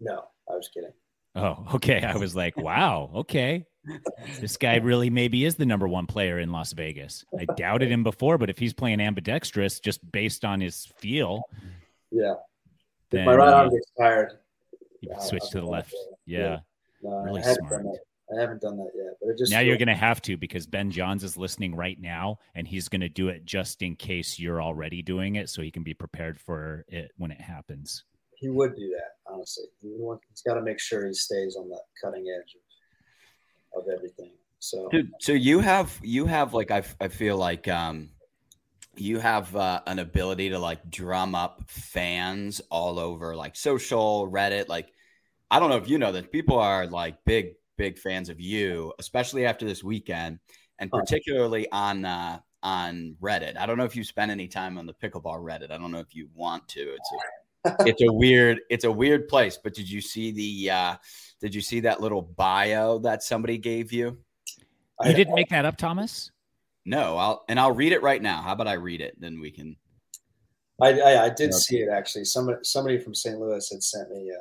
B: no, I was kidding.
A: Oh, okay. I was like, wow, okay. This guy really maybe is the number one player in Las Vegas. I doubted him before, but if he's playing ambidextrous just based on his feel,
B: Yeah, if
A: then
B: my right
A: uh,
B: arm gets tired,
A: you
B: yeah,
A: can switch
B: I'll
A: to the
B: go
A: left.
B: that way.
A: yeah.
B: no,
A: Really
B: I haven't
A: smart.
B: done that. I haven't done that yet, but it just
A: now you're
B: feels-
A: going to have to because Ben Johns is listening right now and he's going to do it just in case you're already doing it so he can be prepared for it when it happens.
B: he would do that honestly. He would want, he's got to make sure he stays on the cutting edge of, of everything. So
C: Dude, so you have you have like I, f- I feel like um you have uh, an ability to like drum up fans all over like social reddit like i don't know if you know that people are like big big fans of you especially after this weekend and
B: Oh.
C: particularly on uh on reddit i don't know if you spend any time on the pickleball reddit i don't know if you want to it's a, it's a weird it's a weird place but did you see the uh did you see that little bio that somebody gave you
B: I-
A: You didn't make that up, Thomas?
C: no, I'll and I'll read it right now. How about I read it? Then we can.
B: I, I, I did
C: Yeah.
B: see it actually. Somebody somebody from St. Louis had sent me. Uh,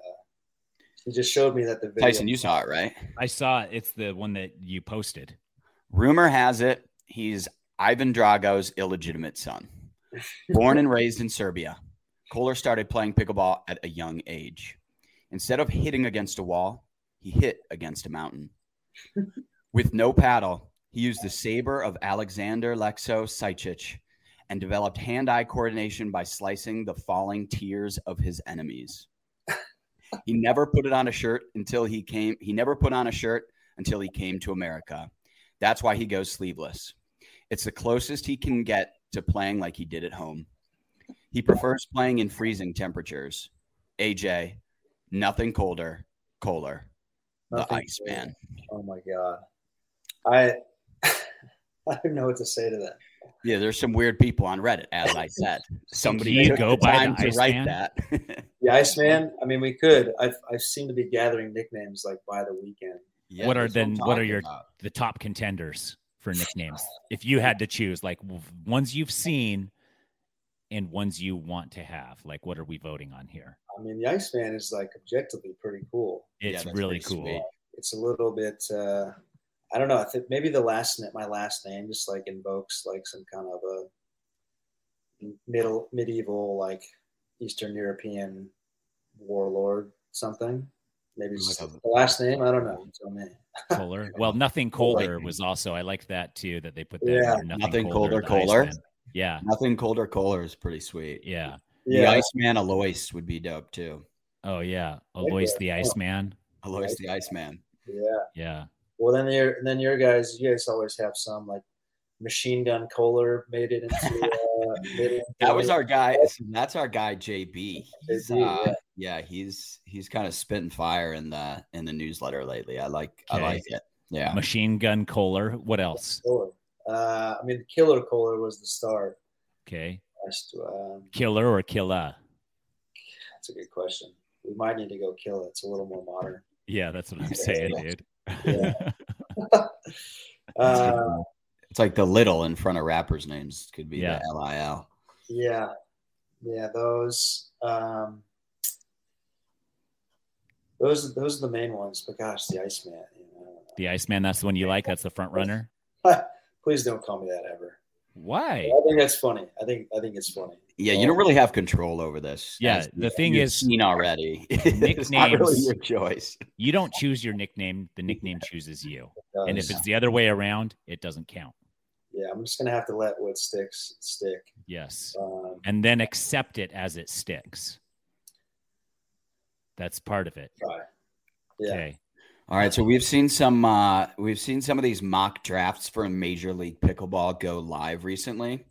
B: he just showed me that the video.
C: Tyson, you saw it, right?
A: I saw it. It's the one that you posted.
C: Rumor has it he's Ivan Drago's illegitimate son. Born and raised in Serbia, Kohler started playing pickleball at a young age. Instead of hitting against a wall, he hit against a mountain. With no paddle, he used the saber of Alexander Lexo Saichich and developed hand eye coordination by slicing the falling tears of his enemies. He never put it on a shirt until he came he never put on a shirt until he came to America. That's why he goes sleeveless. It's the closest he can get to playing like he did at home. He prefers playing in freezing temperatures. AJ, nothing colder, Kohler, the
B: Nothing
C: Iceman.
B: Oh my god, I I don't know what to say to that.
C: Yeah, there's some weird people on Reddit, as I said. Somebody
A: you
C: took
A: go
C: the
A: by the
C: time to write
A: Iceman?
C: that.
B: The Iceman. I mean, we could. I I seem to be gathering nicknames like by the weekend.
C: Yeah,
A: What are
C: that's I'm
A: then- what are
C: talking
A: your-
C: about.
A: The top contenders for nicknames. if you had to choose, like w- ones you've seen and ones you want to have, like what are we voting on here?
B: I mean, the Iceman is like objectively pretty cool.
C: Yeah,
A: It's
C: that's
A: really
C: pretty
A: cool.
C: sweet.
B: It's a little bit. Uh, I don't know. I think maybe the last na- my last name just like invokes like some kind of a middle medieval like Eastern European warlord something. Maybe it's
C: Like
B: just
C: a-
B: the last name. I don't know. You tell me.
A: Kohler. Well, nothing
C: Kohler.
A: colder was also I liked that too that they put that
B: Yeah.
A: under
C: Nothing Colder,
A: the
C: Kohler.
A: Iceman. Yeah.
C: Nothing colder, Kohler is pretty sweet.
A: Yeah.
C: The
B: Yeah,
C: Iceman Alois would be dope too.
A: Oh yeah,
B: Right
A: Alois
B: there.
A: the
B: Yeah.
A: Iceman.
C: Alois the Iceman.
B: Yeah.
A: Yeah.
B: Well, then your then your guys, you guys always have some like machine gun Kohler made it into. Uh, made it
C: That
B: into-
C: was our guy. That's our guy JB. He's,
B: JB,
C: uh, yeah, he's he's kind of spitting fire in the in the newsletter lately. I like I
A: Okay.
C: like it. Yeah.
A: Machine Gun Kohler. What else?
B: Kohler. Uh, I mean, Killer Kohler was the star.
A: Okay.
B: That's, um,
A: Killer or killer?
B: that's a good question. We might need to go kill it. It's a little more modern.
A: Yeah, that's what I'm saying, dude.
B: Yeah. Uh,
C: it's like the little in front of rappers' names could be
A: Yeah.
C: the LIL.
B: yeah, yeah. Those, um, those, those are the main ones. But gosh, the Iceman. You know,
A: the Iceman, that's the one you like. That's the front runner.
B: please don't call me that ever.
A: Why?
B: I think that's funny. I think I think it's funny.
C: Yeah, you don't really have control over this.
A: Yeah,
C: as
A: the thing
C: you've
A: is,
C: seen already. it's not really
A: nicknames-
C: your choice.
A: You don't choose your nickname, the nickname chooses you.
B: Uh,
A: And if it's the other way around, it doesn't count.
B: yeah, I'm just gonna have to let what sticks stick.
A: Yes.
B: Um,
A: And then accept it as it sticks. That's part of it.
B: try. Yeah.
A: Okay.
C: All right, so we've seen some uh we've seen some of these mock drafts for Major League Pickleball go live recently.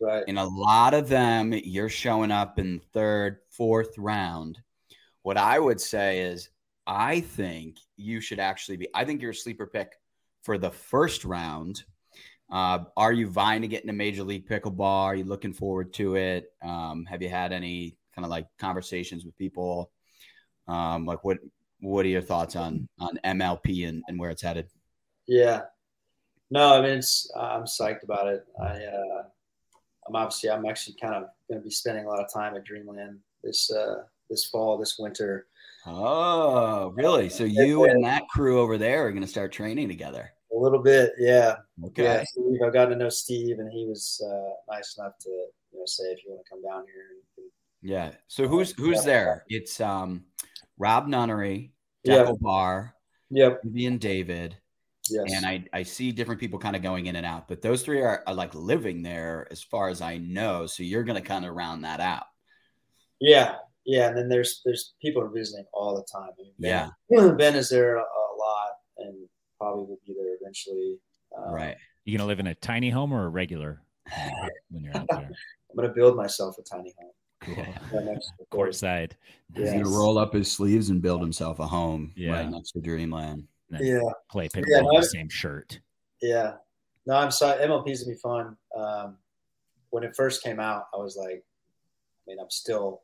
B: Right.
C: In a lot of them, you're showing up in third, fourth round. What I would say is, I think you should actually be, I think you're a sleeper pick for the first round. Uh, are you vying to get into Major League Pickleball? Are you looking forward to it? Um, have you had any kind of like conversations with people? Um, like what what are your thoughts on on MLP and, and where it's headed?
B: Yeah. No, I mean, it's, I'm psyched about it. I, uh, I'm obviously, I'm actually kind of going to be spending a lot of time at Dreamland this, uh, this fall, this winter.
C: Oh, really? So you and that crew over there are going to start training together.
B: A little bit, yeah.
C: Okay.
B: Yeah, Steve, I've gotten to know Steve, and he was uh, nice enough to, you know, say if you want to come down here. And, and,
C: Yeah. So who's who's
B: yeah.
C: there? It's um Rob Nunnery,
B: Yeah.
C: Deco Barr,
B: yep,
C: Vivian David,
B: yes,
C: and I I see different people kind of going in and out, but those three are, are like living there as far as I know. So you're gonna kind of round that out.
B: yeah, yeah. And then there's there's people are visiting all the time. I mean,
C: Yeah.
B: ben, Ben is there a, a lot, and probably will be there eventually. Um,
C: Right.
A: You gonna live in a tiny home or a regular home when you're out there?
B: I'm gonna build myself a tiny home.
A: Cool.
B: right next to the court.
A: Courtside.
C: He's
B: Yeah.
C: gonna roll up his sleeves and build himself a home
A: Yeah.
C: right next to Dreamland.
A: And then
B: Yeah,
A: Play pickleball
B: Yeah,
A: in
B: no,
A: the same shirt.
B: yeah. No, I'm sorry. MLP's gonna be fun. Um, when it first came out, I was like, I mean, I'm still,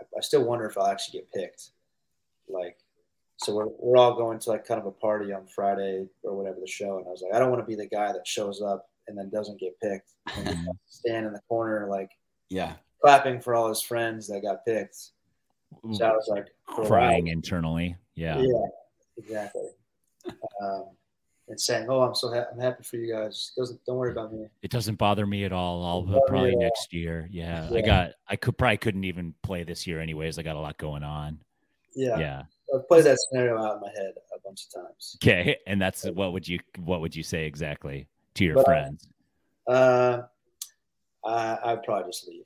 B: I, I still wonder if I'll actually get picked. Like, so we're we're all going to like kind of a party on Friday or whatever the show, and I was like, I don't want to be the guy that shows up and then doesn't get picked, stand in the corner like
C: yeah.
B: clapping for all his friends that got picked. So I was like for a while,
A: Crying internally. Yeah.
B: Yeah, exactly. um, and saying, "Oh, I'm so ha- I'm happy for you guys. Doesn't don't worry about me."
A: It doesn't bother me at all. I'll
B: Oh,
A: probably
B: yeah.
A: next year. Yeah, I
B: Yeah.
A: got. I could probably couldn't even play this year anyways. I got a lot going on.
B: Yeah,
A: Yeah.
B: I've played that scenario out in my head a bunch of times.
A: Okay. And that's what would you what would you say exactly to your
B: But, uh,
A: friends?
B: Uh, I I'd probably just leave.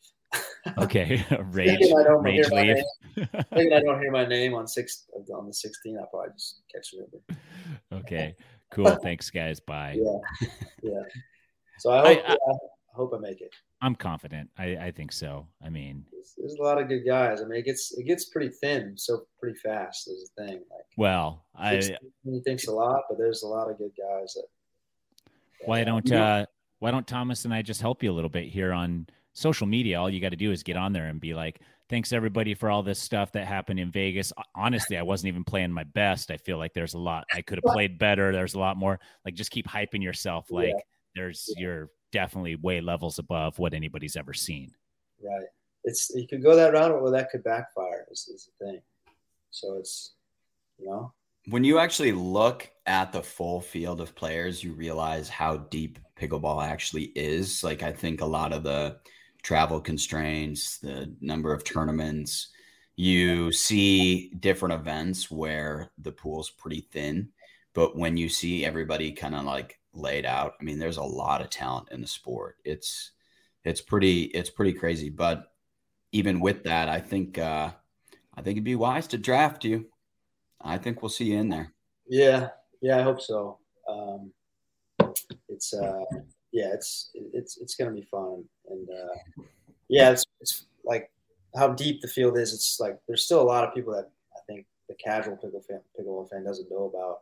A: Okay. rage.
B: Thinking I don't
A: Rage
B: hear my
A: leave.
B: name. Thinking I don't hear my name on six on the 16th, I'll probably just catch it. Over.
A: okay. Cool. Thanks, guys. Bye.
B: Yeah, yeah. So I
A: I-
B: hope I, I hope I make it.
A: I'm confident. I, I think so. I mean,
B: There's, there's a lot of good guys. I mean, it gets it gets pretty thin so pretty fast. Is the thing. Like,
A: well, I
B: 16 thinks a lot, but there's a lot of good guys that
A: why don't
C: You know-
A: uh why don't Thomas and I just help you a little bit here on social media? All you got to do is get on there and be like, "Thanks everybody for all this stuff that happened in Vegas." Ho- Honestly, I wasn't even playing my best. I feel like there's a lot I could have played better. There's a lot more. Like just keep hyping yourself
B: Yeah.
A: like there's you're definitely way levels above what anybody's ever seen.
B: Right. It's you could go that route, or that could backfire. Is, is the thing. So it's you know
C: When you actually look at the full field of players, you realize how deep pickleball actually is. Like, I think a lot of the travel constraints, the number of tournaments, you see different events where the pool's pretty thin. But when you see everybody kind of like laid out, I mean, there's a lot of talent in the sport. It's, it's pretty, it's pretty crazy. But even with that, I think, uh, I think it'd be wise to draft you. I think we'll see you in there.
B: Yeah, yeah, I hope so. Um, it's uh, yeah, it's it's it's gonna be fun, and uh, yeah, it's it's like how deep the field is. It's like there's still a lot of people that I think the casual pickle fan, pickleball fan doesn't know about.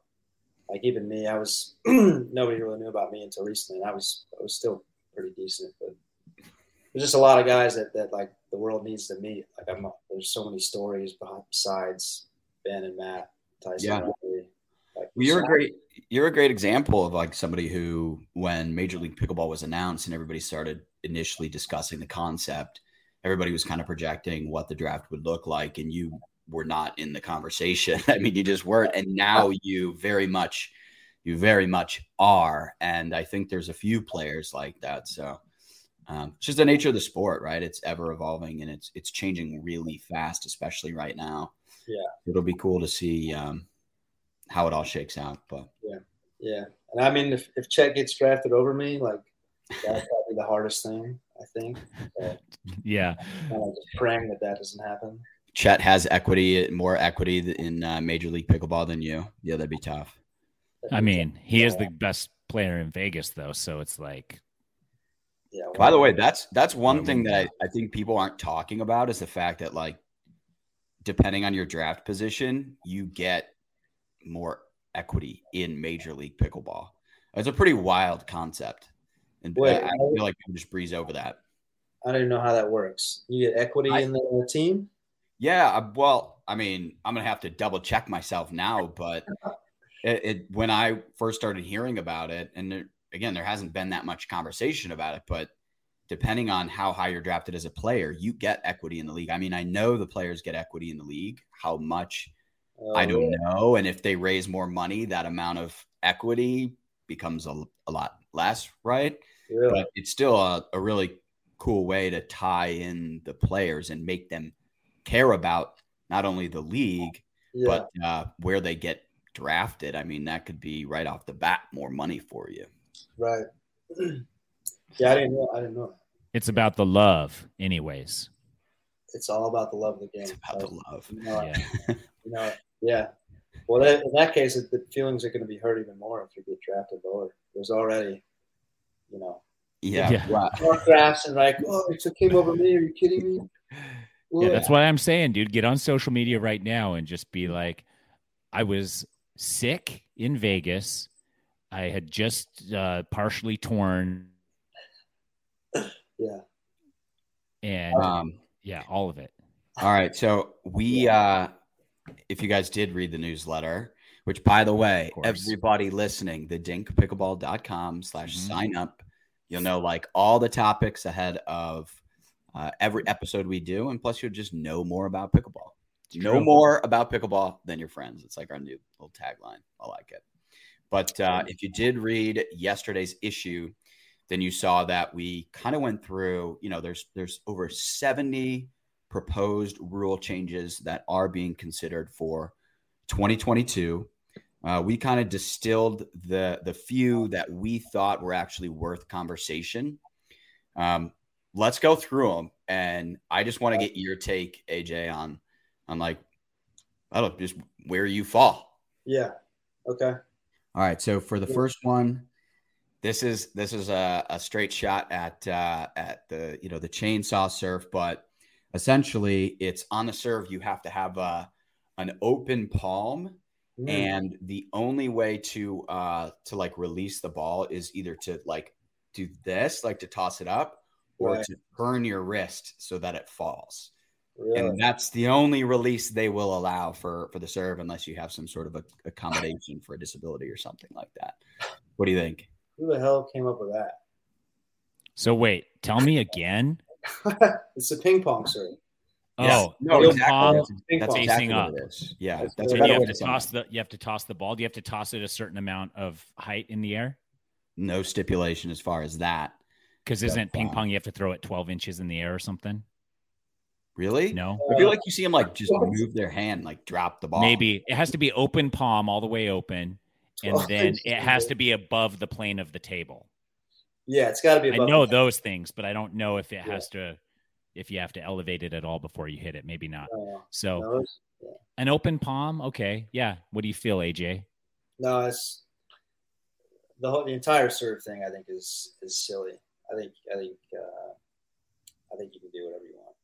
B: Like even me, I was nobody really knew about me until recently, and I was I was still pretty decent, but there's just a lot of guys that, that like the world needs to meet. Like I'm, there's so many stories besides Ben and Matt Tyson.
C: Yeah.
B: Riley. Like,
C: Well, you're a
B: so-
C: great you're a great example of like somebody who when Major League Pickleball was announced and everybody started initially discussing the concept, everybody was kind of projecting what the draft would look like and you were not in the conversation. I mean, you just weren't and now you very much you very much are and I think there's a few players like that. So um, it's just the nature of the sport, right? It's ever evolving and it's it's changing really fast, especially right now.
B: Yeah.
C: it'll be cool to see um, how it all shakes out. But
B: Yeah, and I mean, if, if Chet gets drafted over me, like that's probably the hardest thing I think.
A: yeah.
B: Kind of just praying that that doesn't happen.
C: Chet has equity, more equity th- in uh, Major League Pickleball than you. Yeah, that'd be tough.
A: I mean, he is the best player in Vegas, though. So it's like,
B: yeah. well,
C: By the way, that's that's one thing that I, I think people aren't talking about is the fact that like depending on your draft position, you get more equity in Major League Pickleball. It's a pretty wild concept, and
B: Wait,
C: I, I
B: I-
C: feel like people just breeze over that.
B: I don't even know how that works. You get equity
C: I-
B: in the, in the team.
C: Yeah, I- well, I mean, I'm gonna have to double check myself now, but it, it when I first started hearing about it, and there, again, there hasn't been that much conversation about it, but depending on how high you're drafted as a player, you get equity in the league. I mean, I know the players get equity in the league. How much
B: Oh,
C: I don't
B: yeah.
C: know, and if they raise more money, that amount of equity becomes a, a lot less, right?
B: Really?
C: but it's still a, a really cool way to tie in the players and make them care about not only the league
B: yeah.
C: but uh, where they get drafted i mean that could be right off the bat more money for you
B: right. yeah, I didn't know. I didn't know. that.
A: it's about the love, anyways.
B: It's all about the love of the game.
C: it's about
B: Like,
C: the love
B: You know,
A: Yeah.
B: you know, yeah. Well, that, in that case, the feelings are going to be hurt even more if you get drafted lower. There's already, you know,
C: yeah,
A: Yeah.
C: Wow.
B: more drafts and like, oh, it took him over me. Are you kidding me?
A: Yeah,
B: Ugh.
A: that's what I'm saying, dude. Get on social media right now and just be like, I was sick in Vegas. I had just uh, partially torn
B: yeah.
A: and
C: um
A: yeah, all of it.
C: All right. So we uh if you guys did read the newsletter, which by the way,
A: Of course.
C: everybody listening, the dinkpickleball.com slash
A: Mhm.
C: sign up. You'll know like all the topics ahead of uh, every episode we do, and plus you'll just know more about pickleball. Know
A: true.
C: more about pickleball than your friends. It's like our new little tagline. I like it. But uh, if you did read yesterday's issue, then you saw that we kind of went through. You know, there's there's over seventy proposed rule changes that are being considered for 2022. Uh, we kind of distilled the the few that we thought were actually worth conversation. Um, let's go through them, and I just want to get your take, AJ, on on like I don't know, just where you fall.
B: Yeah. Okay.
C: All right. So for the
B: Yeah.
C: first one, this is this is a, a straight shot at uh, at the you know the chainsaw serve, but essentially it's on the serve. You have to have uh an open palm,
B: Mm.
C: and the only way to uh, to like release the ball is either to like do this, like to toss it up, or
B: Right.
C: to turn your wrist so that it falls
B: Really?
C: and that's the only release they will allow for for the serve unless you have some sort of a, accommodation for a disability or something like that what do you think
B: Who the hell came up with
A: So wait, tell me again.
B: that? it's a ping pong serve.
C: Yes.
A: Oh, no, palm
C: that's,
B: Ping
C: that's
B: pong.
A: exactly-
C: exactly what it is yeah
B: That's what
C: that's a
A: So you
C: better
A: have
C: way
A: to
C: to
A: toss
C: toss
A: the you have to toss the ball. Do you have to toss it a certain amount of height in the air?
C: no stipulation as far as that
A: Because
C: That's
A: isn't ping
C: fine.
A: pong you have to throw it twelve inches in the air or something?
C: really
A: No.
C: i feel like you see them like just move their hand like drop the ball
A: Maybe it has to be open palm all the way open, and
B: Oh,
A: then
B: it's
A: it has to be above the plane of the table.
B: Yeah, it's got to be.
A: I
B: above
A: know
B: the-
A: those things, but I don't know if it has to, if you have to elevate it at all before you hit it. Maybe not.
B: Oh, No,
A: So
B: no, it's-
A: an open palm, okay, yeah. What do you feel, AJ?
B: No, it's the whole the entire serve thing. I think is is silly. I think I think uh, I think you can do whatever you want.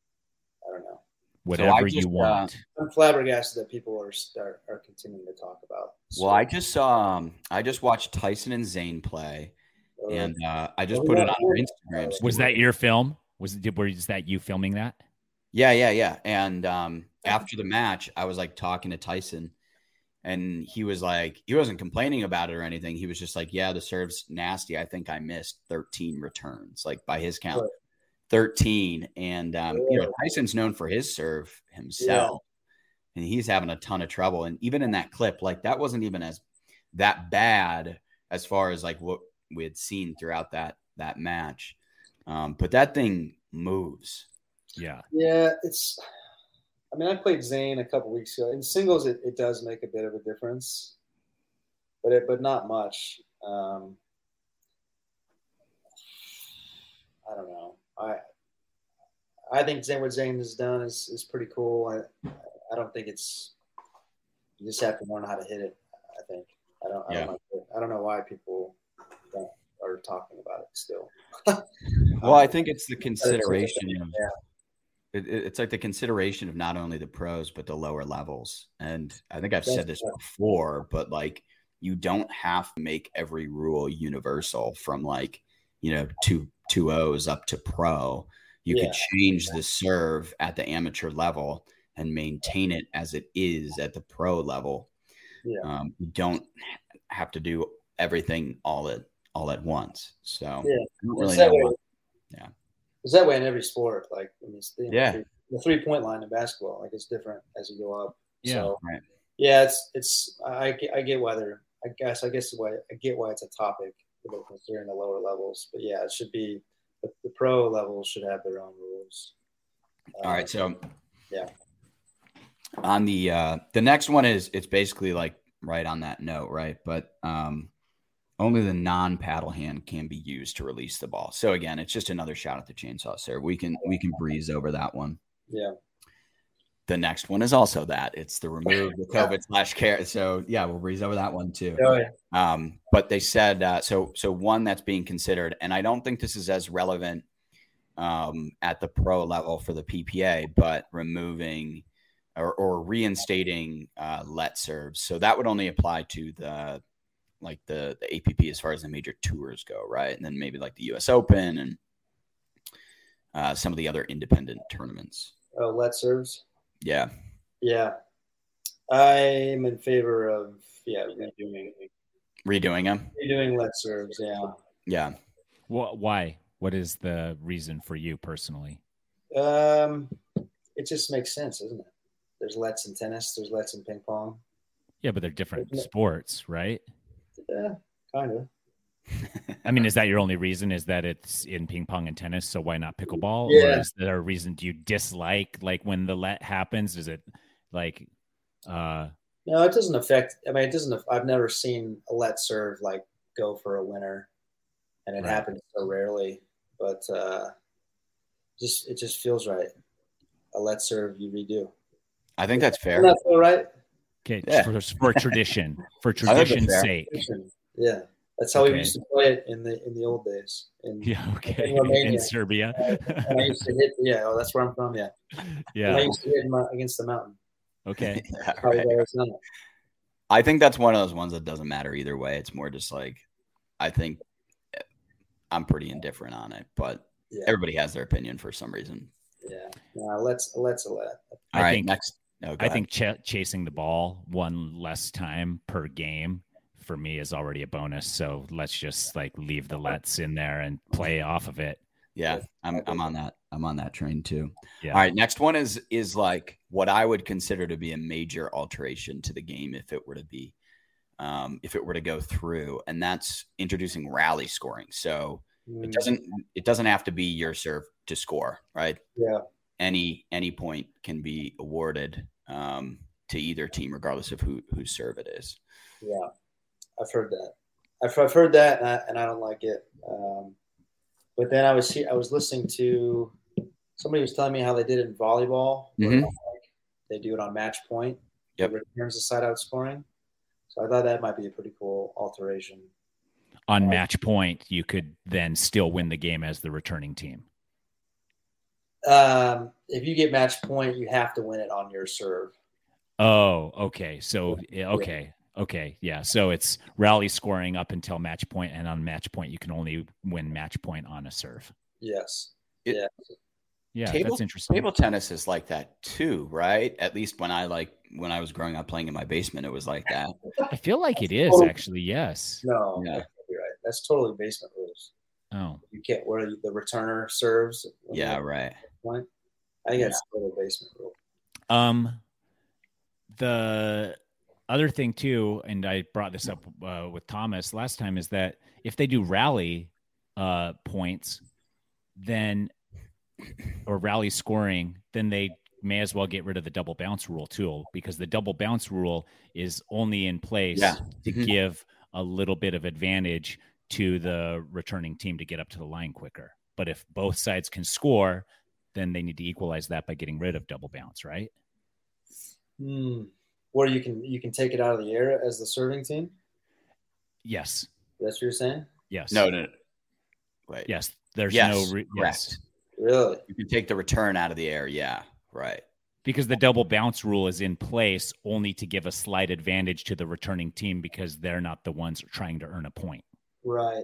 B: I don't know.
A: Whatever
C: just,
A: you
C: uh,
A: want.
B: I'm flabbergasted that people are are, are continuing to talk about.
C: Well, I just saw, um, I just watched Tyson and Zane play,
B: Uh,
C: and uh, I just
B: Oh,
C: put
B: yeah.
C: it on our Instagram. story.
A: was that your film? Was it, did, was that you filming that?
C: Yeah, yeah, yeah. And um, after the match, I was like talking to Tyson, and he was like, he wasn't complaining about it or anything. He was just like, yeah, the serve's nasty. I think I missed 13 returns, like by his count,
B: Right.
C: 13. And um, you know, Tyson's known for his serve himself, and he's having a ton of trouble. And even in that clip, like that wasn't even as that bad as far as like what we had seen throughout that that match. Um, but that thing moves.
A: Yeah.
B: yeah, it's. I mean, I played Zane a couple weeks ago. In singles, it, it does make a bit of a difference, but it, but not much. Um, I don't know. I I think Zane, what Zane has done is is pretty cool. I I don't think it's. You just have to learn how to hit it. I think. I don't. I,
C: Yeah.
B: don't, know, I don't know why people don't, are talking about it still.
C: Well, I think it's the
B: Um, it's like-
C: consideration of
B: yeah.
C: it, it- it's like the consideration of not only the pros but the lower levels. And I think I've said this
B: That's-
C: before, but like you don't have to make every rule universal from like you know two two O's up to pro. You could change the serve at the amateur level and maintain it as it is at the pro level.
B: Yeah.
C: Um, you don't have to do everything all at all at once. So I
B: Yeah.
C: don't really
B: It's that
C: know
B: way-
C: why- Yeah.
B: It's that way in every sport. Like, I mean, it's the,
C: Yeah.
B: the three point line in basketball, like, it's different as you go up.
A: Yeah.
B: So,
C: Right.
B: Yeah. It's, it's, I, I get- I get why they're, I guess, I guess why, I get why it's a topic for the- considering the lower levels. But yeah, it should be, the, the pro levels should have their own rules. Uh,
C: All right, so
B: yeah.
C: On the uh the next one is it's basically like right on that note, right? But um only the non-paddle hand can be used to release the ball. So again, it's just another shot at the chainsaw sir. We can we can breeze over that one.
B: Yeah.
C: The next one is also that. It's the remove the COVID slash care. So yeah, we'll breeze over that one too.
B: Oh, yeah.
C: Um, but they said uh, so. So one that's being considered, and I don't think this is as relevant um, at the pro level for the PPA, but removing or, or reinstating uh, let serves. So that would only apply to the like the the APP as far as the major tours go, right? And then maybe like the U.S. Open and uh, some of the other independent tournaments.
B: Oh, let serves.
C: Yeah,
B: Yeah. I'm in favor of, yeah, redoing,
C: redoing them.
B: redoing let serves. Yeah.
C: Yeah,
A: Wha why? What is the reason for you personally?
B: Um, it just makes sense, doesn't it? There's lets in tennis. There's lets in ping pong.
A: Yeah, but they're different
B: Yeah.
A: sports, right?
B: Yeah, kind of.
A: I mean, is that your only reason? Is that it's in ping pong and tennis, so why not pickleball?
B: Yeah.
A: Or is there a reason? Do you dislike like when the let happens? Is it like uh
B: No, it doesn't affect. I mean, it doesn't. I've never seen a let serve like go for a winner, and it
A: Right.
B: happens so rarely. But uh, just it just feels right. A let serve you redo.
C: I think that's fair.
B: Doesn't that feel right?
A: okay
C: Yeah.
A: for, for tradition, for
C: that's
A: tradition's
C: fair.
A: sake?
B: Yeah, that's how we
A: Okay.
B: used to play it in the in the old days. And,
A: Yeah, okay. In
B: Romania.
A: Serbia,
B: and I used to hit. Yeah, oh, that's where I'm from. Yeah, And I
A: yeah,
B: used to hit my, against the mountain.
A: okay.
C: Yeah,
B: Probably
C: right.
B: Arizona.
C: I think that's one of those ones that doesn't matter either way. It's more just like I think eh, I'm pretty indifferent on it, but
B: Yeah.
C: everybody has their opinion for some reason.
B: Yeah. Nah, let's let's let.
A: I
C: All right,
A: think-
C: next. No, go
A: I
C: ahead.
A: think ch- chasing the ball one less time per game for me is already a bonus. So let's just like leave the lets in there and play off of it.
C: yeah, I'm I'm on that I'm on that train too.
A: Yeah.
C: All right, next one is is like what I would consider to be a major alteration to the game if it were to be um, if it were to go through, and that's introducing rally scoring. So
B: mm,
C: it doesn't it doesn't have to be your serve to score, right?
B: Yeah.
C: any any point can be awarded um, to either team, regardless of who whose serve it is.
B: Yeah, I've heard that. I've, I've heard that, and I, and I don't like it. Um, but then I was he- I was listening to somebody was telling me how they did it in volleyball. where,
C: Mhm.
B: like, they do it on match point.
C: Yep.
B: It returns the side out scoring. So I thought that might be a pretty cool alteration.
A: On match point, you could then still win the game as the returning team.
B: Um, if you get match point, you have to win it on your serve.
A: Oh, okay. So yeah, okay. Okay. Yeah. So it's rally scoring up until match point, and on match point, you can only win match point on a serve.
B: Yes.
C: It-
B: yeah.
A: Yeah,
C: Table-
A: that's interesting.
C: Table tennis is like that too, right? At least when I like when I was growing up playing in my basement, it was like that.
A: I feel like it is
B: Oh.
A: actually, yes.
B: No,
C: Yeah.
B: that can't be right. That's totally basement rules.
A: Oh.
B: You can't where the returner serves. when
C: Yeah,
B: you get
C: right.
B: Point. I think that's totally basement rule.
A: Um the other thing too, and I brought this up uh, with Thomas last time is that if they do rally uh points, then or rally scoring, then they may as well get rid of the double bounce rule too, because the double bounce rule is only in place
C: Yeah.
A: to
C: Mhm.
A: give a little bit of advantage to the returning team to get up to the line quicker. But if both sides can score, then they need to equalize that by getting rid of double bounce, right?
B: Hmm. Where you can you can take it out of the air as the serving team.
A: Yes.
B: That's what you're saying.
A: Yes.
C: No, no. no. Wait.
A: Yes. There's
C: Yes,
A: no re-
C: correct.
A: yes.
B: Really?
C: You can take the return out of the air. Yeah. Right.
A: Because the double bounce rule is in place only to give a slight advantage to the returning team because they're not the ones trying to earn a point.
B: Right.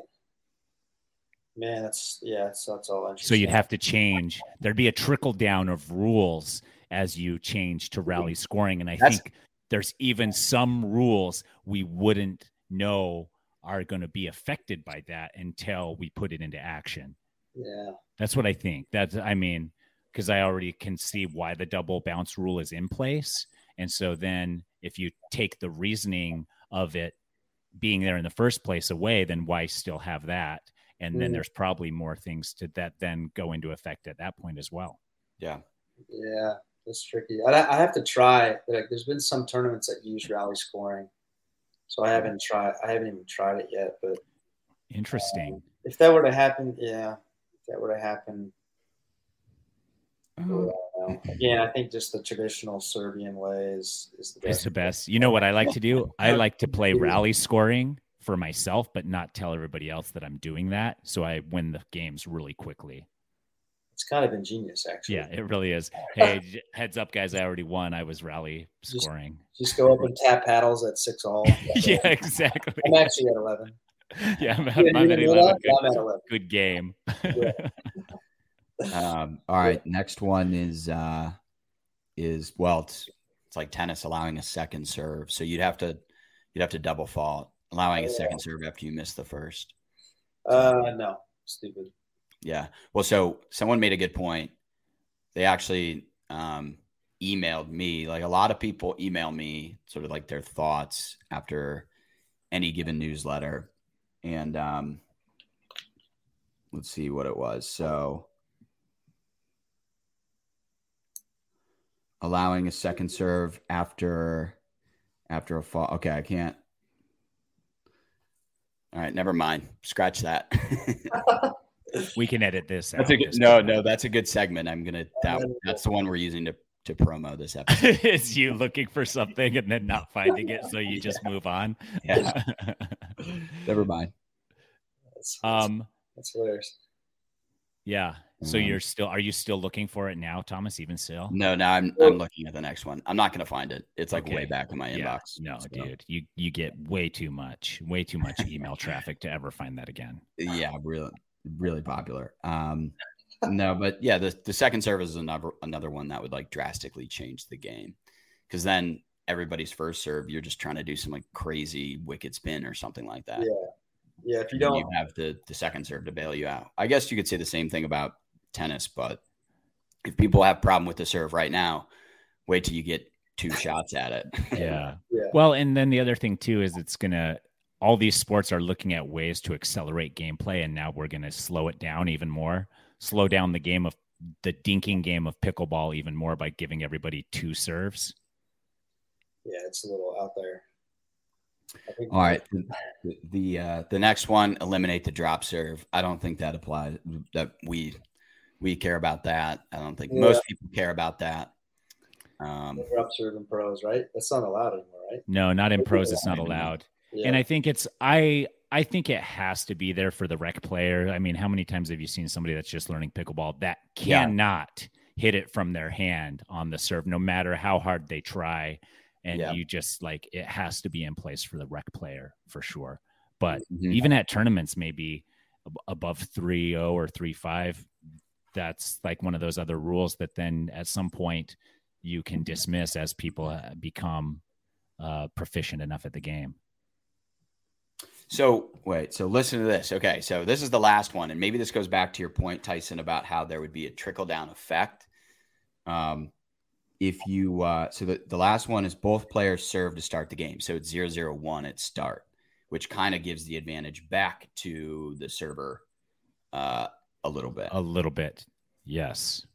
B: Man, that's yeah. That's, that's all interesting.
A: So you'd have to change. There'd be a trickle down of rules as you change to rally scoring. And I
C: That's-
A: think there's even some rules we wouldn't know are going to be affected by that until we put it into action.
B: Yeah.
A: That's what I think. That's, I mean, because I already can see why the double bounce rule is in place. And so then if you take the reasoning of it being there in the first place away, then why still have that? And then
B: Mm.
A: there's probably more things to that then go into effect at that point as well.
C: Yeah.
B: Yeah. That's tricky. I, I have to try. Like, there's been some tournaments that use rally scoring, so I haven't tried. I haven't even tried it yet. But
A: Interesting.
B: if that were to happen, yeah, if that were to happen,
A: Uh-huh.
B: Well, Again, I think just the traditional Serbian way is, is the best.
A: It's the best. You know what I like to do? I like to play
B: Yeah.
A: rally scoring for myself, but not tell everybody else that I'm doing that. So I win the games really quickly.
B: It's kind of ingenious, actually.
A: Yeah, it really is. Hey, j- heads up, guys. I already won. I was rally
B: Just-
A: scoring.
B: Just go up and tap paddles at six all.
A: yeah, exactly.
B: I'm actually at 11.
A: Yeah, I'm,
B: Yeah, you
A: I'm at
B: didn't know
A: 11.
B: that? I'm
A: Good,
B: at 11.
A: good game.
C: Um, all right. Next one is uh is well, it's, it's like tennis allowing a second serve. So you'd have to you'd have to double fault, allowing a second serve after you miss the first.
B: Uh, no, stupid.
C: Yeah. Well, so someone made a good point. They actually um, emailed me. Like a lot of people email me sort of like their thoughts after any given newsletter. And um, let's see what it was. So allowing a second serve after after a fall. Okay, I can't. All right, never mind. Scratch that.
A: We can edit this. out.
C: That's a good,
A: Just-
C: no, no, that's a good segment. I'm gonna that
B: then-
C: that's the one we're using to to promo this episode.
A: it's you looking for something and then not finding it, so you just move on.
C: Yeah. Never mind.
B: That's,
A: um.
B: that's hilarious.
A: Yeah. So
C: Um,
A: you're still? Are you still looking for it now, Thomas? Even still?
C: No, now I'm I'm looking at the next one. I'm not gonna find it. It's like
A: Okay.
C: way back in my
A: Yeah.
C: inbox.
A: No,
C: So,
A: dude. You you get way too much, way too much email traffic to ever find that again.
C: Yeah, really really popular. Um no, but yeah, the, the second serve is another another one that would like drastically change the game. Cause then everybody's first serve, you're just trying to do some like crazy wicked spin or something like that.
B: Yeah. Yeah, if you
C: And then
B: don't,
C: you have the, the second serve to bail you out. I guess you could say the same thing about tennis, but if people have problem with the serve right now, wait till you get two shots at it.
A: Yeah.
B: yeah,
A: Well, and then the other thing too is it's gonna. All these sports are looking at ways to accelerate gameplay, and now we're gonna slow it down even more. Slow down the game of the dinking game of pickleball even more by giving everybody two serves.
B: yeah, it's a little out there. I think
C: All right. The the, uh, the next one, eliminate the drop serve. I don't think that applies that we we care about that. I don't think
B: Yeah.
C: most people care about that. Um,
B: We're up serving pros, right? That's not allowed anymore, right?
A: No, not in pros. It's not allowed.
B: Yeah.
A: And I think it's I I think it has to be there for the rec player. I mean, how many times have you seen somebody that's just learning pickleball that
C: Yeah.
A: cannot hit it from their hand on the serve, no matter how hard they try? And
C: Yeah.
A: you just like it has to be in place for the rec player for sure. But
C: Mhm.
A: even at tournaments maybe ab- above 3-0 or 3-5 that's like one of those other rules that then at some point you can
C: Mm-hmm.
A: dismiss as people uh, become uh, proficient enough at the game
C: So wait, so listen to this. Okay, so this is the last one, and maybe this goes back to your point, Tyson, about how there would be a trickle down effect. Um, if you uh, so the, the last one is both players serve to start the game, so it's zero zero one at start, which kind of gives the advantage back to the server uh, a little bit.
A: a little bit yes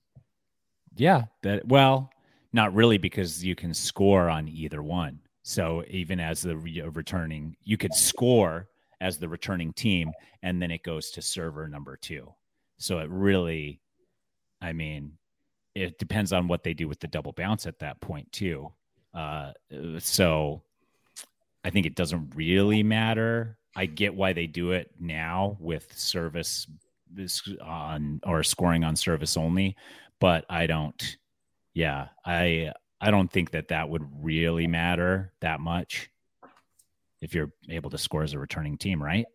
A: yeah that well not really because you can score on either one so even as the re- uh, returning you could score as the returning team and then it goes to server number two so it really i mean it depends on what they do with the double bounce at that point too uh, so i think it doesn't really matter i get why they do it now with service this on or scoring on service only but i don't yeah i i don't think that that would really matter that much if you're able to score as a returning team right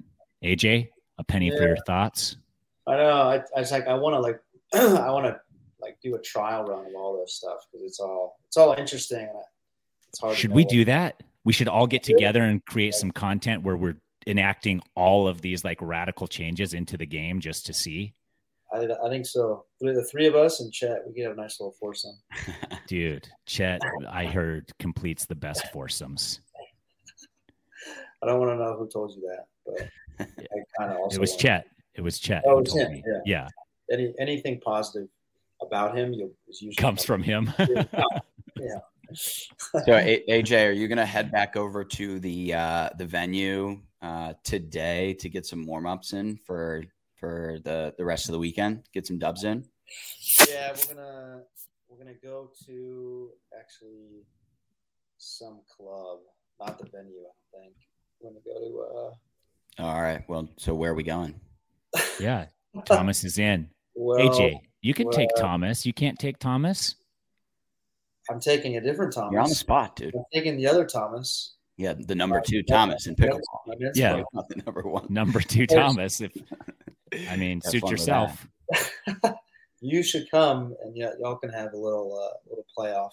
A: aj a penny for your thoughts
B: I know. I, I was like, I want to like, I want to like do a trial run of all this stuff because it's all it's all interesting. And I- it's hard. to
A: should
B: know
A: we
B: what-
A: do that we should all get together and create some content where we're enacting all of these like radical changes into the game just to see
B: I, I think so. Three- The three of us and Chet, we could have a nice little foursome.
A: dude chet i heard completes the best foursomes
B: I don't want to know who told you that, but I kind of also
A: it was
B: wanna-
A: chet it was chet
B: Oh,
A: who
B: it was
A: told
B: him,
A: me.
B: yeah.
A: yeah
B: Any anything positive about him you'll, is usually
A: comes from him
C: so A- AJ, are you gonna head back over to the uh, the venue uh, today to get some warm ups in for for the the rest of the weekend? Get some dubs in.
B: Yeah, we're gonna we're gonna go to actually some club, not the venue. I don't think we're gonna go to. Uh,
C: All right. Well, so where are we going?
A: Yeah, Thomas is in.
B: well,
A: AJ, you can take Thomas. You can't take Thomas.
B: I'm taking a different Thomas.
C: You're on the spot, dude.
B: I'm taking the other Thomas.
C: Yeah, the number two Thomas in pickleball.
B: My best
A: Yeah.
B: friend.
C: Not the number one.
A: Number two,
B: There's-
A: Thomas. If I mean,
C: Have
A: suit
C: fun with
A: yourself.
B: You should come and y- y'all can have a little uh, little playoff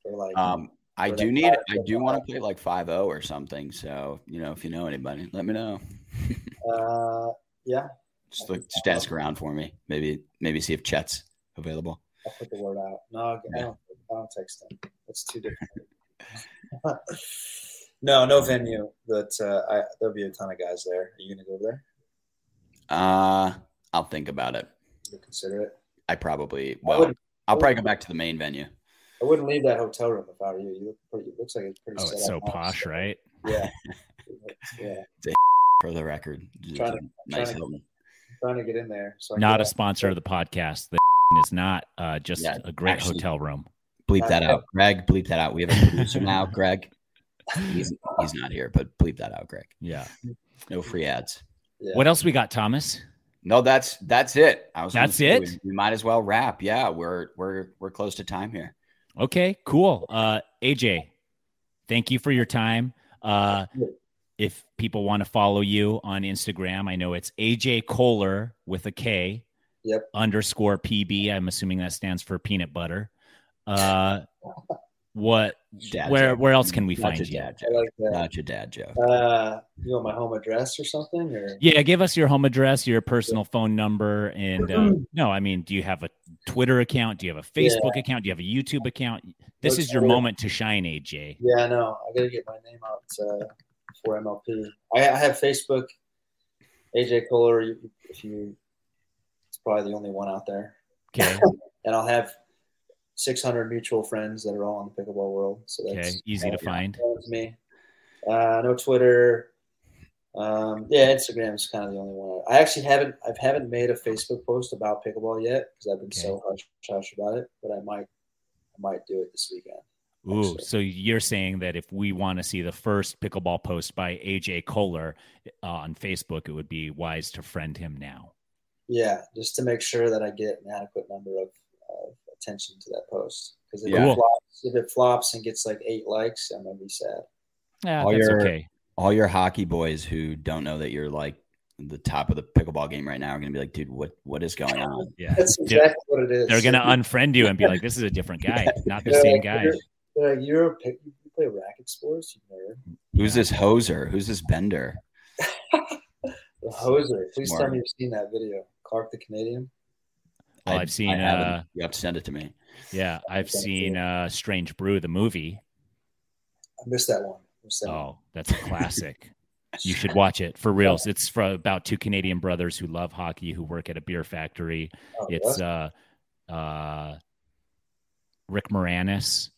B: for like
C: Um, I do need. I do want to play like 5-0 or something. So you know, if you know anybody, let me know.
B: uh, yeah,
C: Just look, just ask around for me. Maybe maybe see if Chet's available.
B: I'll put the word out. No, I don't, I don't text them. That's too different. no, no venue, but uh, I, there'll be a ton of guys there. Are you gonna go there?
C: Uh, I'll think about it.
B: You consider it.
C: I probably
B: I
C: well.
B: wouldn't.
C: I'll probably go back to the main venue.
B: I wouldn't leave that hotel room if I were you. You look pretty. It looks like it's pretty.
A: Oh,
B: set
A: it's so
B: up nice.
A: posh, right?
B: Yeah. yeah.
C: For the record,
B: Trying to- trying
C: nice
B: to-
C: help.
B: Trying to get in there. So I can
A: Not
B: go
A: a
B: back.
A: sponsor of the podcast. The is not uh, just
C: Yeah,
A: a great
C: actually-
A: hotel room.
C: Bleep that out, Greg. Bleep that out. We have a producer now, Greg. He's he's not here, but bleep that out, Greg.
A: Yeah.
C: No free ads.
B: Yeah.
A: What else we got, Thomas?
C: No, that's that's it. I was gonna
A: That's
C: say,
A: it?
C: We, we might as well wrap. Yeah, we're we're we're close to time here.
A: Okay, cool. Uh, AJ, thank you for your time. Uh, if people want to follow you on Instagram, I know it's AJ Kohler with a K.
B: Yep.
A: Underscore PB. I'm assuming that stands for peanut butter. Uh, what?
C: Dad
A: where?
C: joke.
A: Where else can we
C: Not
A: find
C: your
A: you?
C: dad
B: I
C: joke.
B: like that.
C: Not your dad joke.
B: Uh, you want my home address or something? Or
A: Yeah, give us your home address, your personal phone number, and uh, no, I mean, do you have a Twitter account? Do you have a Facebook account? Do you have a YouTube account? This
B: Let's
A: is your
B: do it.
A: moment to shine, AJ.
B: Yeah, I know. I gotta get my name out uh, for MLP. I, I have Facebook, AJ Kohler. you- If you, it's probably the only one out there.
A: Okay,
B: And I'll have 600 mutual friends that are all in the pickleball world. So that's
A: okay, easy to
B: Yeah.
A: find.
B: that's me. Uh, no Twitter. Um, yeah, Instagram is kind of the only one. I actually haven't. I haven't made a Facebook post about pickleball yet because I've been so hush hush about it. But I might. I might do it this weekend.
A: Ooh, so you're saying that if we want to see the first pickleball post by AJ Kohler uh, on Facebook, it would be wise to friend him now.
B: Yeah, just to make sure that I get an adequate number of, of attention to that post. Because if, it
A: Cool.
B: flops- if it flops and gets like eight likes, I'm gonna be sad.
A: Yeah,
C: All
A: that's
C: your-
A: okay.
C: All your hockey boys who don't know that you're like the top of the pickleball game right now are gonna be like, dude, what what is going on?
A: Yeah,
B: That's
A: Dude,
B: exactly what it is.
A: they're gonna unfriend you and be like, "This is a different guy, not the
B: They're
A: same
B: like,
A: guy."
B: "You're- they're like, You're a pick- you play racket sports, you nerd.
C: Who's this hoser? Who's this bender?
B: The hoser. Please
C: Smart.
B: tell me you've seen that video. Clark the Canadian.
A: Oh, I've seen,
C: haven't.
A: uh,
C: you have to send it to me.
A: Yeah, I've
B: Thank
A: seen
B: you.
A: uh, Strange Brew, the movie.
B: I missed that one. I missed that one.
A: Oh, that's a classic. you should watch it for reals. It's for about two Canadian brothers who love hockey who work at a beer factory.
B: Oh,
A: It's uh, uh, Rick Moranis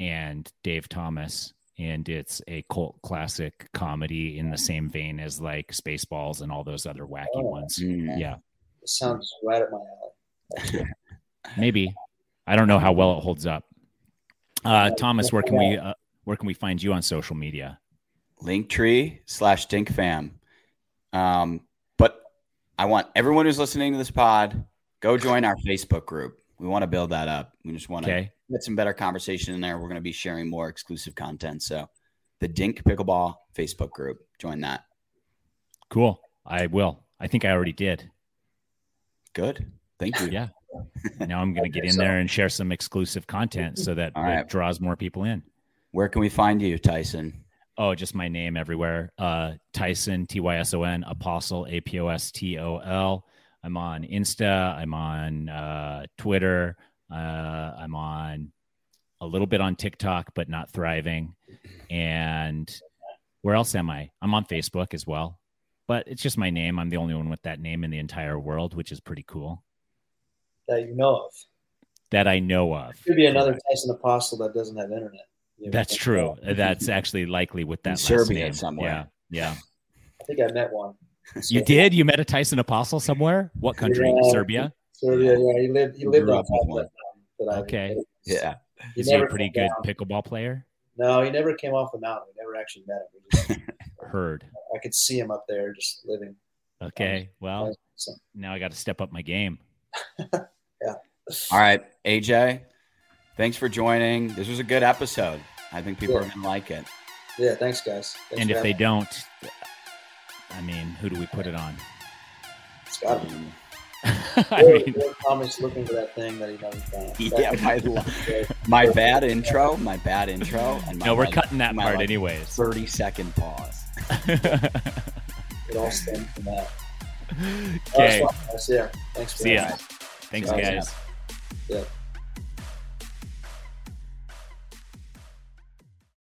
A: and Dave Thomas, and it's a cult classic comedy in the same vein as like Spaceballs and all those other wacky
B: Oh.
A: ones.
C: Mm.
A: Yeah,
B: It sounds right up my alley.
A: maybe. I don't know how well it holds up. Uh, Thomas, where can we uh, where can we find you on social media?
C: Linktree slash Dinkfam. Um, but I want everyone who's listening to this pod go join our Facebook group. We want to build that up. We just want to
A: Okay.
C: get some better conversation in there. We're going to be sharing more exclusive content. So the Dink Pickleball Facebook group, join that.
A: Cool. I will. I think I already did.
C: Good. Thank you.
A: Yeah. Now I'm going to get in there and share some exclusive content so that
C: All
A: it
C: right.
A: draws more people in.
C: Where can we find you, Tyson?
A: Oh, just my name everywhere. Uh, Tyson, T Y S O N, Apostle, A P O S T O L. I'm on Insta. I'm on uh, Twitter. Uh, I'm on a little bit on TikTok, but not thriving. And where else am I? I'm on Facebook as well, but it's just my name. I'm the only one with that name in the entire world, which is pretty cool.
B: That you know of.
A: that I know of.
B: Could be another Tyson Apostle that doesn't have internet. You know,
A: That's
B: like,
A: true.
B: uh,
A: That's actually likely with that
C: In
A: last
C: Serbia
A: name.
C: somewhere.
A: Yeah.
B: I think I met one.
A: Yeah. You did? You met a Tyson apostle somewhere? What country?
B: Yeah.
A: Serbia?
B: Serbia, yeah, he lived. He lived
C: Grew
B: on
C: up with
B: top of
C: one.
B: that mountain. that I-
A: Okay.
C: Yeah.
B: He
A: Is he a
B: never
A: pretty
B: came
A: good
B: down.
A: pickleball player?
B: No, he never came off the mountain. We never actually met him. We just-
A: Heard.
B: I could see him up there just living.
A: Okay. Well,
B: So,
A: now I got to step up my game.
C: All right, AJ, thanks for joining. This was a good episode. I think people are going to like it.
B: yeah, thanks, guys. Thanks
A: And
B: for
A: if they
B: having
A: don't, I mean, who do we put it on?
B: me. it's got to be.
A: I
B: Or-
A: mean,
B: or Thomas looking for that thing that he never found.
C: Yeah, my, my bad intro, my bad intro, and my
A: no, we're
C: like,
A: cutting that
C: my
A: part
C: life.
A: anyways.
C: thirty second pause.
B: It all stemmed from that.
A: okay.
B: That's fine, guys. Yeah. Thanks for
A: See ya.
B: having me.
A: Thanks,
C: Bye.
A: guys.
B: Yeah.